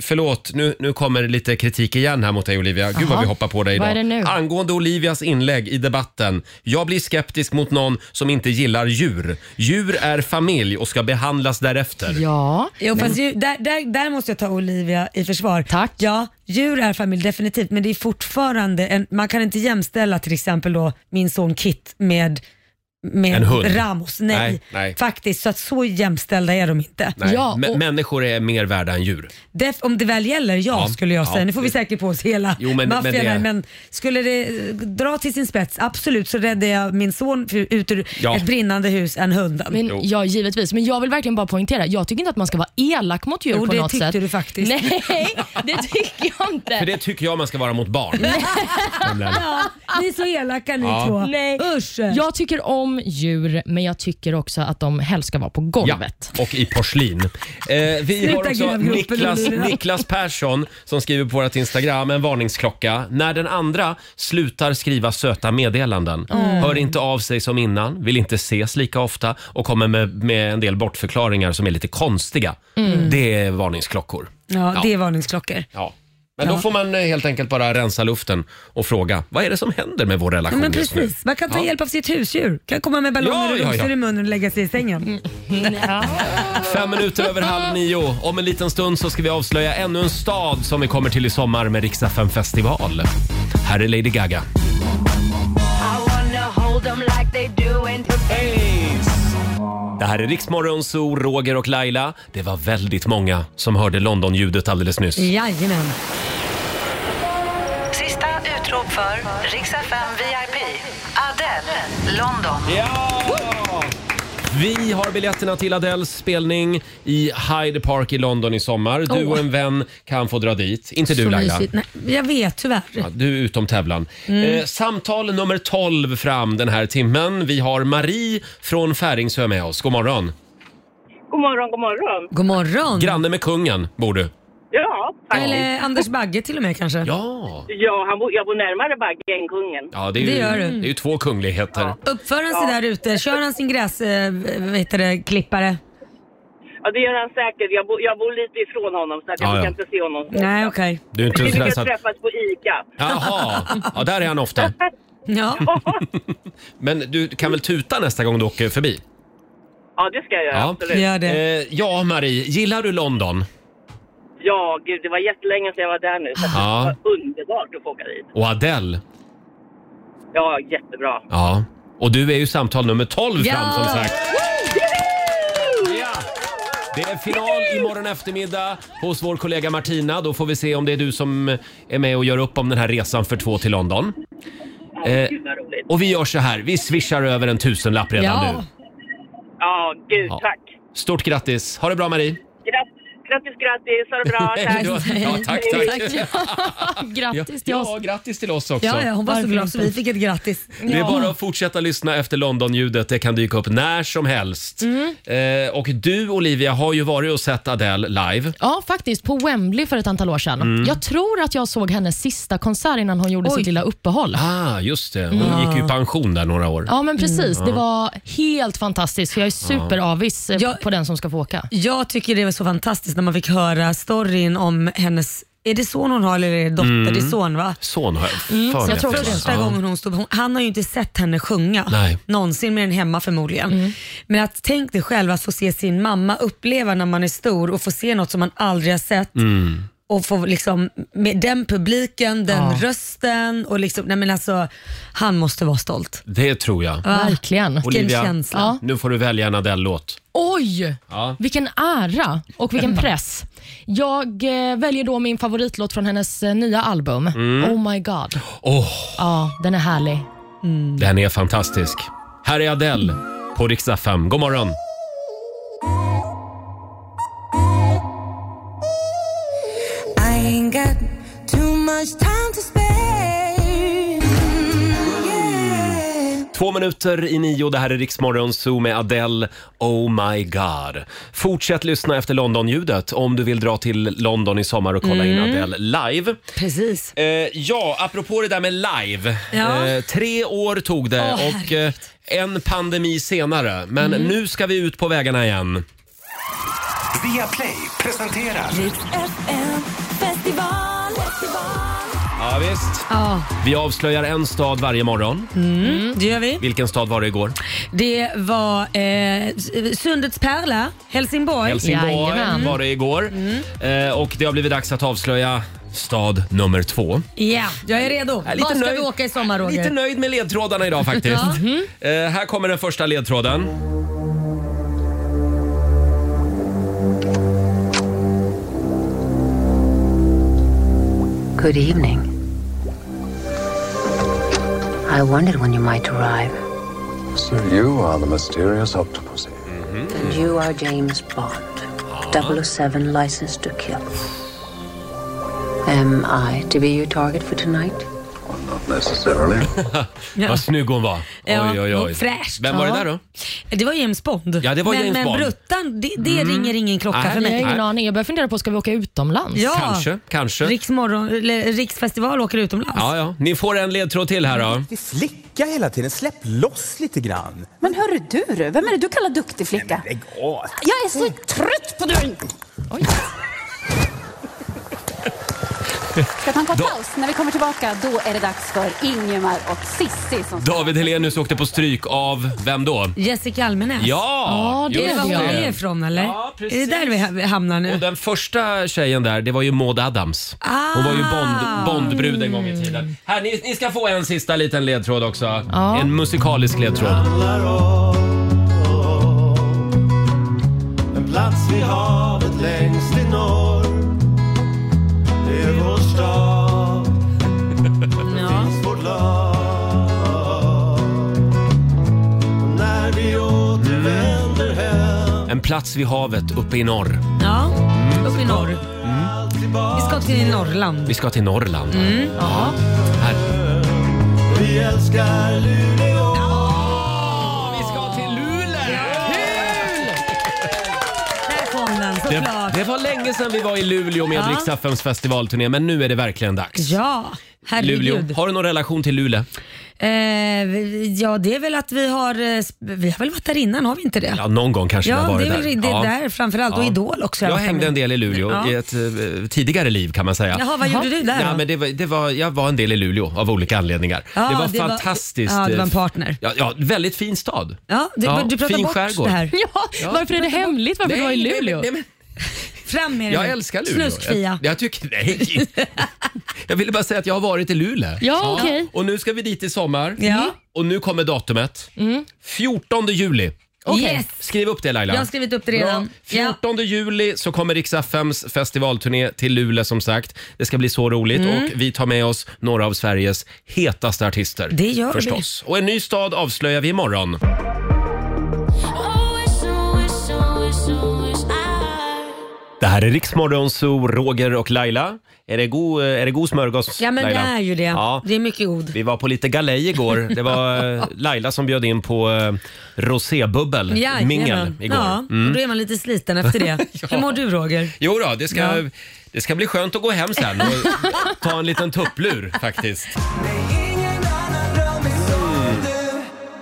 förlåt, nu, nu kommer lite kritik igen här mot dig Olivia. Gud vad Jaha. vi hoppar på dig idag. Vad är det nu? Angående Olivias inlägg i debatten. Jag blir skeptisk mot någon som inte gillar djur. Djur är familj och ska behandlas därefter. Ja. Jo, fast ju, där, där, där måste jag ta Olivia i försvar. Tack. Ja, djur är familj definitivt, men det är fortfarande en, man kan inte jämställa till exempel då min son Kit med med En hund. Ramos, nej, Nej, nej. Faktiskt, så att så jämställda är de inte. Nej. Ja, mä- och Människor är mer värda än djur. def, om det väl gäller, ja, Ja, skulle jag ja. säga. nu får vi säkert på oss hela Jo, men- men maffian det- här, men skulle det eh, dra till sin spets, absolut, så räddar jag min son f- ut ur Ja. ett brinnande hus än hunden. Men, ja, givetvis. Men jag vill verkligen bara poängtera, jag tycker inte att man ska vara elak mot djur Jo, på det något sätt. tyckte du faktiskt. Nej, det tycker jag inte. För det tycker jag man ska vara mot barn. Nämligen. Ja, ni är så elaka ni Ja. två. Nej. Usch. Jag tycker om djur, men jag tycker också att de helst ska vara på golvet. Ja, och i porslin. Eh, vi Sluta har också gräva gropen, Niklas, Olivia. Niklas Persson som skriver på vårt Instagram en varningsklocka. När den andra slutar skriva söta meddelanden. Mm. Hör inte av sig som innan, vill inte ses lika ofta och kommer med, med en del bortförklaringar som är lite konstiga. Mm. Det är varningsklockor. Ja, Ja. det är varningsklockor. Ja. Men då får man eh, helt enkelt bara rensa luften och fråga vad är det som händer med vår relation men just nu? precis. Man kan ta Ja. hjälp av sitt husdjur. Kan komma med ballonger Ja, och ja, rosor ja. i munnen och lägga sig i Mm. sängen. Fem minuter över halv nio. Om en liten stund så ska vi avslöja ännu en stad som vi kommer till i sommar med Riksa festival. Här är Lady Gaga. Det här är Riksmorgon Zoo, Roger och Laila. Det var väldigt många som hörde Londonljudet alldeles nyss. Jajamän. Sista utrop för Rix FM VIP. Adele, London. Vi har biljetterna till Adels spelning i Hyde Park i London i sommar. Du Åh. och en vän kan få dra dit. Inte du Oh. Så Laila. mysigt. Nej, jag vet tyvärr. Ja, du är utom tävlan. Mm. Eh, samtal nummer 12 fram den här timmen. Vi har Marie från Färingsö med oss. God morgon. God morgon, god morgon. God morgon. Granne med kungen bor du. Ja, tack. Eller Anders Bagge till och med kanske. Ja. Ja, han bor, jag bor närmare Bagge än kungen. Ja, det, är ju, Det gör du. är ju två kungligheter. Uppför han sig där ute? Kör han sin gräs... Eh, vad heter det? Klippare? Ja, det gör han säkert. Jag, bo, jag bor lite ifrån honom så att jag Ja, ja. kan inte se honom. Nej, okej. Du är inte Vi sådär brukar så att- träffas på ICA. Jaha, ja, där är han ofta. Ja. Men du kan väl tuta nästa gång du åker förbi? ja, det ska jag göra. Absolut. Eh, ja, Marie, gillar du London? Ja, gud, det var jättelänge sedan jag var där nu. Så att Ja. Det var underbart att få åka dit. Och Adele? Ja, jättebra. Ja. Och du är ju samtal nummer 12 fram som sagt. Det är final imorgon eftermiddag hos vår kollega Martina. Då får vi se om det är du som är med och gör upp om den här resan för två till London. Eh, och vi gör så här, vi swishar över en tusenlapp redan Ja. nu. Ja, gud, Ja. tack. Stort grattis! Ha det bra Marie! Grattis, grattis, grattis. Ha det bra. Hej då. Tack. Ja, tack, tack. grattis till oss. Ja, grattis till oss också. Ja, ja, hon var så Varför glad så inte? vi fick ett grattis. Det är bara att fortsätta lyssna efter London-ljudet. Det kan dyka upp när som helst. Mm. Eh, och du Olivia har ju varit och sett Adele live. Ja, faktiskt. På Wembley för ett antal år sedan. Mm. Jag tror att jag såg hennes sista konsert innan hon gjorde Oj. sitt lilla uppehåll. Ah, just det. Hon Ja. gick ju i pension där några år. Ja, men precis. Mm. Ja. Det var helt fantastiskt, för jag är superavis eh, Ja. på den som ska få åka. Jag tycker det var så fantastiskt när man fick höra storyn om hennes, är det son hon har eller är det dotter? Mm. Det är son va? Son har jag för Mm, mig så jag att tror det var. första Ja. gången hon stod hon, Han har ju inte sett henne sjunga Nej. någonsin mer än hemma förmodligen. Men att tänk dig själv att få se sin mamma uppleva när man är stor och få se något som man aldrig har sett. Mm. Och få liksom, med den publiken, den Ja. rösten och liksom, nej men alltså, han måste vara stolt. Det tror jag. Verkligen. Olivia, nu får du välja en Adele-låt. Oj! Ja. Vilken ära och vilken press. Jag eh, väljer då min favoritlåt från hennes eh, nya album. Mm. Oh my god. Åh, Ja, den är härlig. den är fantastisk. Här är Adele på riksdag 5. God morgon! I ain't got too much time to spare. Två minuter i nio, det här är Riksmorgon Zoo med Adele, Oh My God. Fortsätt lyssna efter London-ljudet om du vill dra till London i sommar och kolla in Mm. Adele live. Precis. Eh, ja, apropå det där med live. Ja. Eh, tre år tog det Åh, och eh, en pandemi senare. Men Mm. nu ska vi ut på vägarna igen. Via Play presenterar... Festival. Festival. Ja, visst. Vi avslöjar en stad varje morgon. Mm, det gör vi. Vilken stad var det igår? Det var eh, Sundets pärla, Helsingborg. Helsingborg var det igår. Mm. Eh, och det har blivit dags att avslöja stad nummer två. Ja, jag är redo. är Äh, lite Var ska nöjd- vi åka i sommar, Roger? Lite nöjd med ledtrådarna idag faktiskt. Ja. Mm. Eh, här kommer den första ledtråden. Good evening. I wondered when you might arrive. So you are the mysterious octopus. And you are James Bond, 007 license to kill. Am I to be your target for tonight? Not necessarily. Vad snygg hon var. Ja, Oj, oj, oj. Fräscht. Vem var Ja. det där då? Det var James Bond. Ja, det var men, James men Bond. Bruttan, det, det Mm. ringer ingen klocka Nej, för mig. jag har ingen Nej. aning. Jag börjar fundera på, ska vi åka utomlands? Ja. Kanske, kanske. Riksmorgon, eller Riksfestival åker utomlands. Ja, ja. Ni får en ledtråd till här då. Flicka hela tiden, släpp loss lite grann. Men hörru du, vem är det du kallar duktig flicka? Lägg av. Jag är så trött på dig! Ska ta en kort Då- paus? När vi kommer tillbaka, då är det dags för Ingemar och Sissi som David Helenius åkte på stryk av vem då? Jessica Almenäs. Ja, Ja, det det just är var hon det. är ifrån eller? Ja, är det där vi ha- vi hamnar nu? Och den första tjejen där, det var ju Maud Adams. Hon var ju Bond, Bondbrud en gång i tiden. Här, ni, ni ska få en sista liten ledtråd också. Ja. En musikalisk ledtråd. En plats vid havet längst i norr Det är vår stad Det finns vårt lag Och När vi återvänder hem En plats vid havet uppe i norr. Ja, uppe i norr. Mm. Vi ska till Norrland. Vi ska till Norrland. Mm. Ja. Här. Vi älskar Luleå Vi ska till Luleå! Där kom den Det, såklart. det var länge sedan vi var i Luleå med Ja. ja. Riks-FMs festivalturné, men nu är det verkligen dags. Ja. Herregud. Luleå. Har du någon relation till Luleå? Eh, vi- ja, det är väl att vi har... eh, sp- Vi har väl varit där innan, har vi inte det? Ja, någon gång kanske jag Ja, har det varit är väl där. det där framförallt. Och Idol också har Jag jag varit hängde där en med. del i Luleå Ja. i ett eh, tidigare liv kan man säga. Jaha, vad gjorde du där Ja, då? men det var, det var, jag var en del i Luleå av olika anledningar. Ja, det var det var- fantastiskt. ja, det var en eh, partner. Ja, ja, väldigt fin stad. Ja, du, du pratar fin bort skärgård. det här. Ja, varför är det hemligt varför du var i Luleå? Fram med det Jag nu. älskar Luleå. Snuskfia. Jag, jag tycker, nej. jag ville bara säga att jag har varit i Luleå. Ja, okej. Och nu ska vi dit i sommar. Ja. Och nu kommer datumet. 14 juli. Okej. Yes. Skriv upp det Laila. Jag har skrivit upp det redan. Bra. 14 juli så kommer Rix FMs festivalturné till Luleå som sagt. Det ska bli så roligt Mm. och vi tar med oss några av Sveriges hetaste artister. Det gör vi. förstås. Och en ny stad avslöjar vi imorgon. Det här är Riksmorgon, så Roger och Laila. Är det god, är det god smörgås? Ja, men det Laila? är ju det. Ja. Det är mycket god. Vi var på lite galej igår. Det var eh, Laila som bjöd in på eh, rosébubbel, Jajamän. mingel, igår. Ja, och Mm. då är man lite sliten efter det. Hur mår du Roger? Jo då, det ska, Ja. det ska bli skönt att gå hem sen och ta en liten tupplur faktiskt. Mm.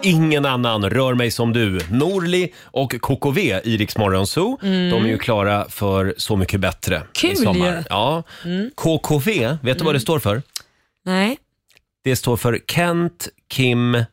Ingen annan rör mig som du. Norli och KKV i Rix Morgon Zoo. Mm. De är ju klara för Så mycket bättre i Kul sommar. ju. Mm. Ja. KKV, vet du vad det står för? Nej. Det står för Kent Kim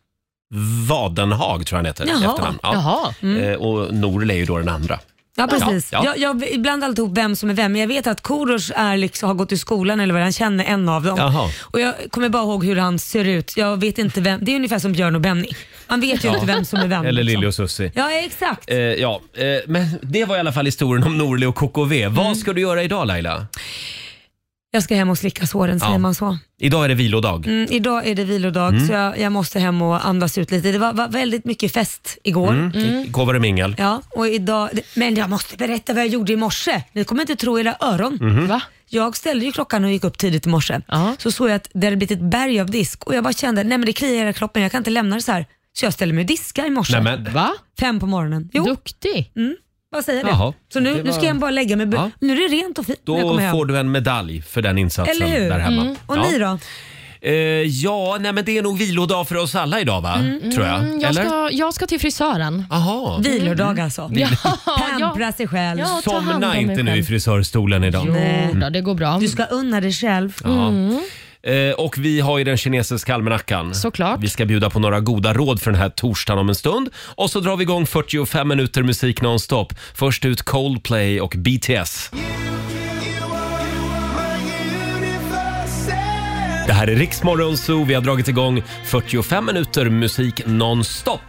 Vadenhag tror jag han heter. i Jaha. efternamn. Jaha. Mm. Eh, Och Norli är ju då den andra. Ja, precis. Ja, ja. Jag, jag blandar alltid ihop vem som är vem, men jag vet att Korosh är liksom, har gått i skolan eller vad det är, han känner en av dem. Jaha. Och jag kommer bara ihåg hur han ser ut. Jag vet inte vem. Det är ungefär som Björn och Benny. Man vet ju Ja. inte vem som är vem. Eller liksom. Lilly och Susie. Ja, exakt. Eh, ja, eh, men det var i alla fall historien om Norli och KKV. Mm. Vad ska du göra idag Laila? Jag ska hem och slicka såren, säger Ja. man så. Idag är det vilodag. Mm, idag är det vilodag, Mm. så jag, jag måste hem och andas ut lite. Det var, var väldigt mycket fest igår. Mm. Igår var det mingel. Ja, och idag, men jag måste berätta vad jag gjorde i morse. Ni kommer inte tro era öron. Mm. Mhm. Va? Jag ställde ju klockan och gick upp tidigt i morse. Så såg jag att det hade blivit ett berg av disk och jag bara kände, nej men det kliar i hela kroppen, jag kan inte lämna det så här. Så jag ställde mig och diskade i morse. Nej, men- Va? Fem på morgonen. Jo. Duktig. Mm, vad säger du? Jaha. Så nu, Det nu var- ska jag bara lägga mig. Ja. Nu är det rent och fint när jag Då kommer hem. får du en medalj för den insatsen Eller hur? där hemma. Mm. Och Ja. ni då? Eh, ja, nej men det är nog vilodag för oss alla idag va? Tror jag. Mm, jag, Eller? ska, jag ska till frisören. Aha. Vilodag alltså. Mm. Ja, Pampra sig själv. Ja, ta hand om Somna dig inte nu i själv. frisörstolen idag. Jo, Mm. då, det går bra. Du ska unna dig själv. Ja. Eh, och vi har ju den kinesiska almanackan. Såklart. Vi ska bjuda på några goda råd för den här torsdagen om en stund. Och så drar vi igång 45 minuter musik nonstop. Först ut Coldplay och BTS. Det här är Riksmorgon Zoo. Vi har dragit igång 45 minuter musik nonstop.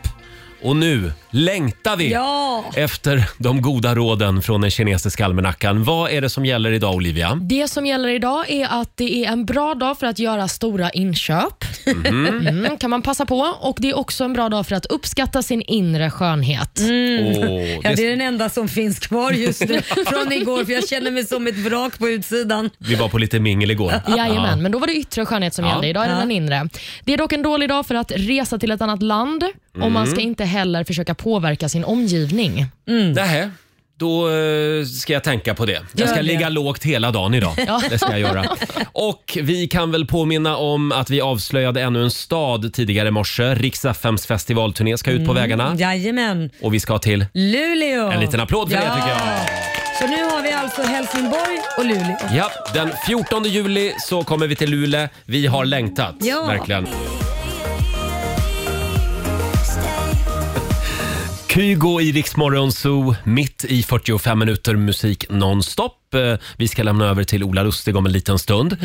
Och nu längtar vi Ja. efter de goda råden från den kinesiska almanackan. Vad är det som gäller idag Olivia? Det som gäller idag är att det är en bra dag för att göra stora inköp. Mhm. Mm, kan man passa på. Och Det är också en bra dag för att uppskatta sin inre skönhet. Åh, Ja, det- det är den enda som finns kvar just nu från igår för jag känner mig som ett vrak på utsidan. Vi var på lite mingel igår. Jajamän, Ja. men då var det yttre skönhet som Ja. gällde. Idag är det Ja. den inre. Det är dock en dålig dag för att resa till ett annat land och man Mm. ska inte heller försöka påverka sin omgivning. Nähä. Då eh, ska jag tänka på det. Jag Mm. Gör ska det. ligga lågt hela dagen idag. Ja. Det ska jag göra. Och vi kan väl påminna om att vi avslöjade ännu en stad tidigare i morse. Rix FMs festivalturné ska ut på Mm, vägarna. Jajamän. Och vi ska till... Luleå. En liten applåd för det, tycker jag. Så nu har vi alltså Helsingborg och Luleå. Ja, den 14 juli så kommer vi till Luleå. Vi har längtat, Ja. verkligen. Kygo i Rix Morgon Zoo, mitt i 45 minuter musik nonstop. Eh, Vi ska lämna över till Ola Lustig om en liten stund.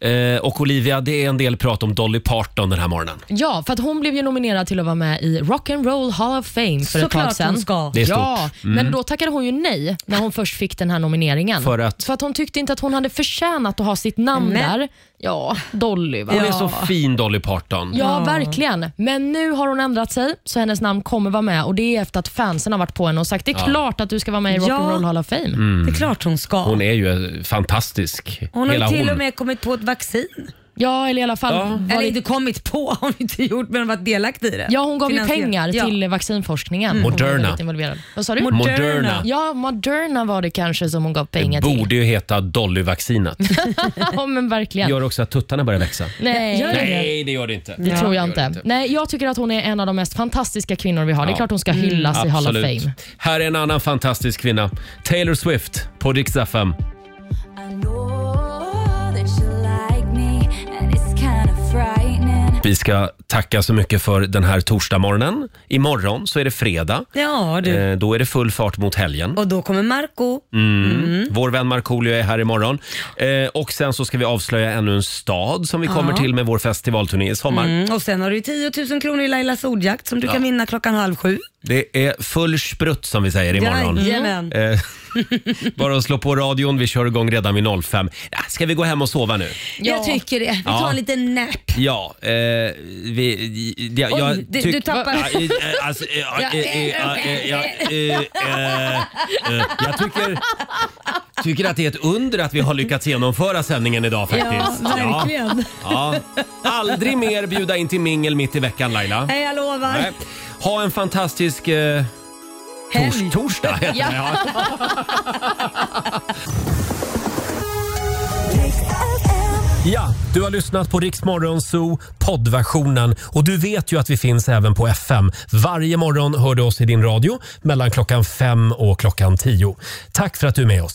Eh, Och Olivia, det är en del prat om Dolly Parton den här morgonen. Ja, för att hon blev ju nominerad till att vara med i Rock'n'Roll Hall of Fame för ett Såklart tag sedan. hon ska. Det är stort. ja, Mm. men då tackade hon ju nej när hon först fick den här nomineringen. För att? För att hon tyckte inte att hon hade förtjänat att ha sitt namn Men- där. Ja, Dolly va? Hon är så fin Dolly Parton. Ja, verkligen. Men nu har hon ändrat sig, så hennes namn kommer vara med och det är efter att fansen har varit på henne och sagt det är Ja. klart att du ska vara med i Ja. Rock'n'Roll Hall of Fame. Mm. Det är klart hon ska. Hon är ju eh, fantastisk. Hon har Hela ju till hon. och med kommit på ett vaccin. Ja, eller i alla fall... varit- Eller inte kommit på, har vi inte gjort, men varit delaktig i det. Ja, hon gav ju Finansierat. pengar Ja. till vaccinforskningen. Mm. Hon var Moderna. väldigt involverad. Vad sa du? Moderna. Moderna. Ja, Moderna var det kanske som hon gav pengar till. Borde ju heta Dollyvaccinet. ja, men verkligen. Gör också att tuttarna börjar växa. Nej. Gör det det? Nej, det gör det inte. Det tror jag Det gör inte. det Nej, jag tycker att hon är en av de mest fantastiska kvinnor vi har. Det är Ja. klart hon ska hyllas i Hall of Absolut. Fame. Här är en annan fantastisk kvinna. Taylor Swift på Rix FM. that you like me, and it's kind of frightening. Vi ska tacka så mycket för den här torsdagmorgonen. Imorgon så är det fredag. Ja, du. Eh, Då är det full fart mot helgen. Och då kommer Marco Mm. Vår vän Markoolio är här imorgon. Eh, och sen så ska vi avslöja ännu en stad som vi Ja. kommer till med vår festivalturné i sommar. Mm, och sen har du ju 10 000 kronor i Lailas ordjakt som du Ja. kan vinna klockan halv sju. Det är full sprutt som vi säger imorgon. Jajamän. Eh, bara att slå på radion, vi kör igång redan vid 05. Ja, Ska vi gå hem och sova nu? Jag tycker det. Vi tar Ja. en liten nap. Ja, eh, vi, jag, Oj, jag du- du tappar- Ja, eh, alltså, eh, ja, eh, ja, eh, ja, eh, eh, eh, Jag tycker, tycker att det är ett under att vi har lyckats genomföra sändningen idag faktiskt. Ja. Ja. Aldrig mer bjuda in till mingel mitt i veckan Laila. Nej, jag lovar. Nej. Ha en fantastisk eh, tors- torsdag. heter det, ja. Ja, du har lyssnat på Rix Morgon Zoo poddversionen och du vet ju att vi finns även på FM. Varje morgon hör du oss i din radio mellan klockan fem och klockan tio. Tack för att du är med oss.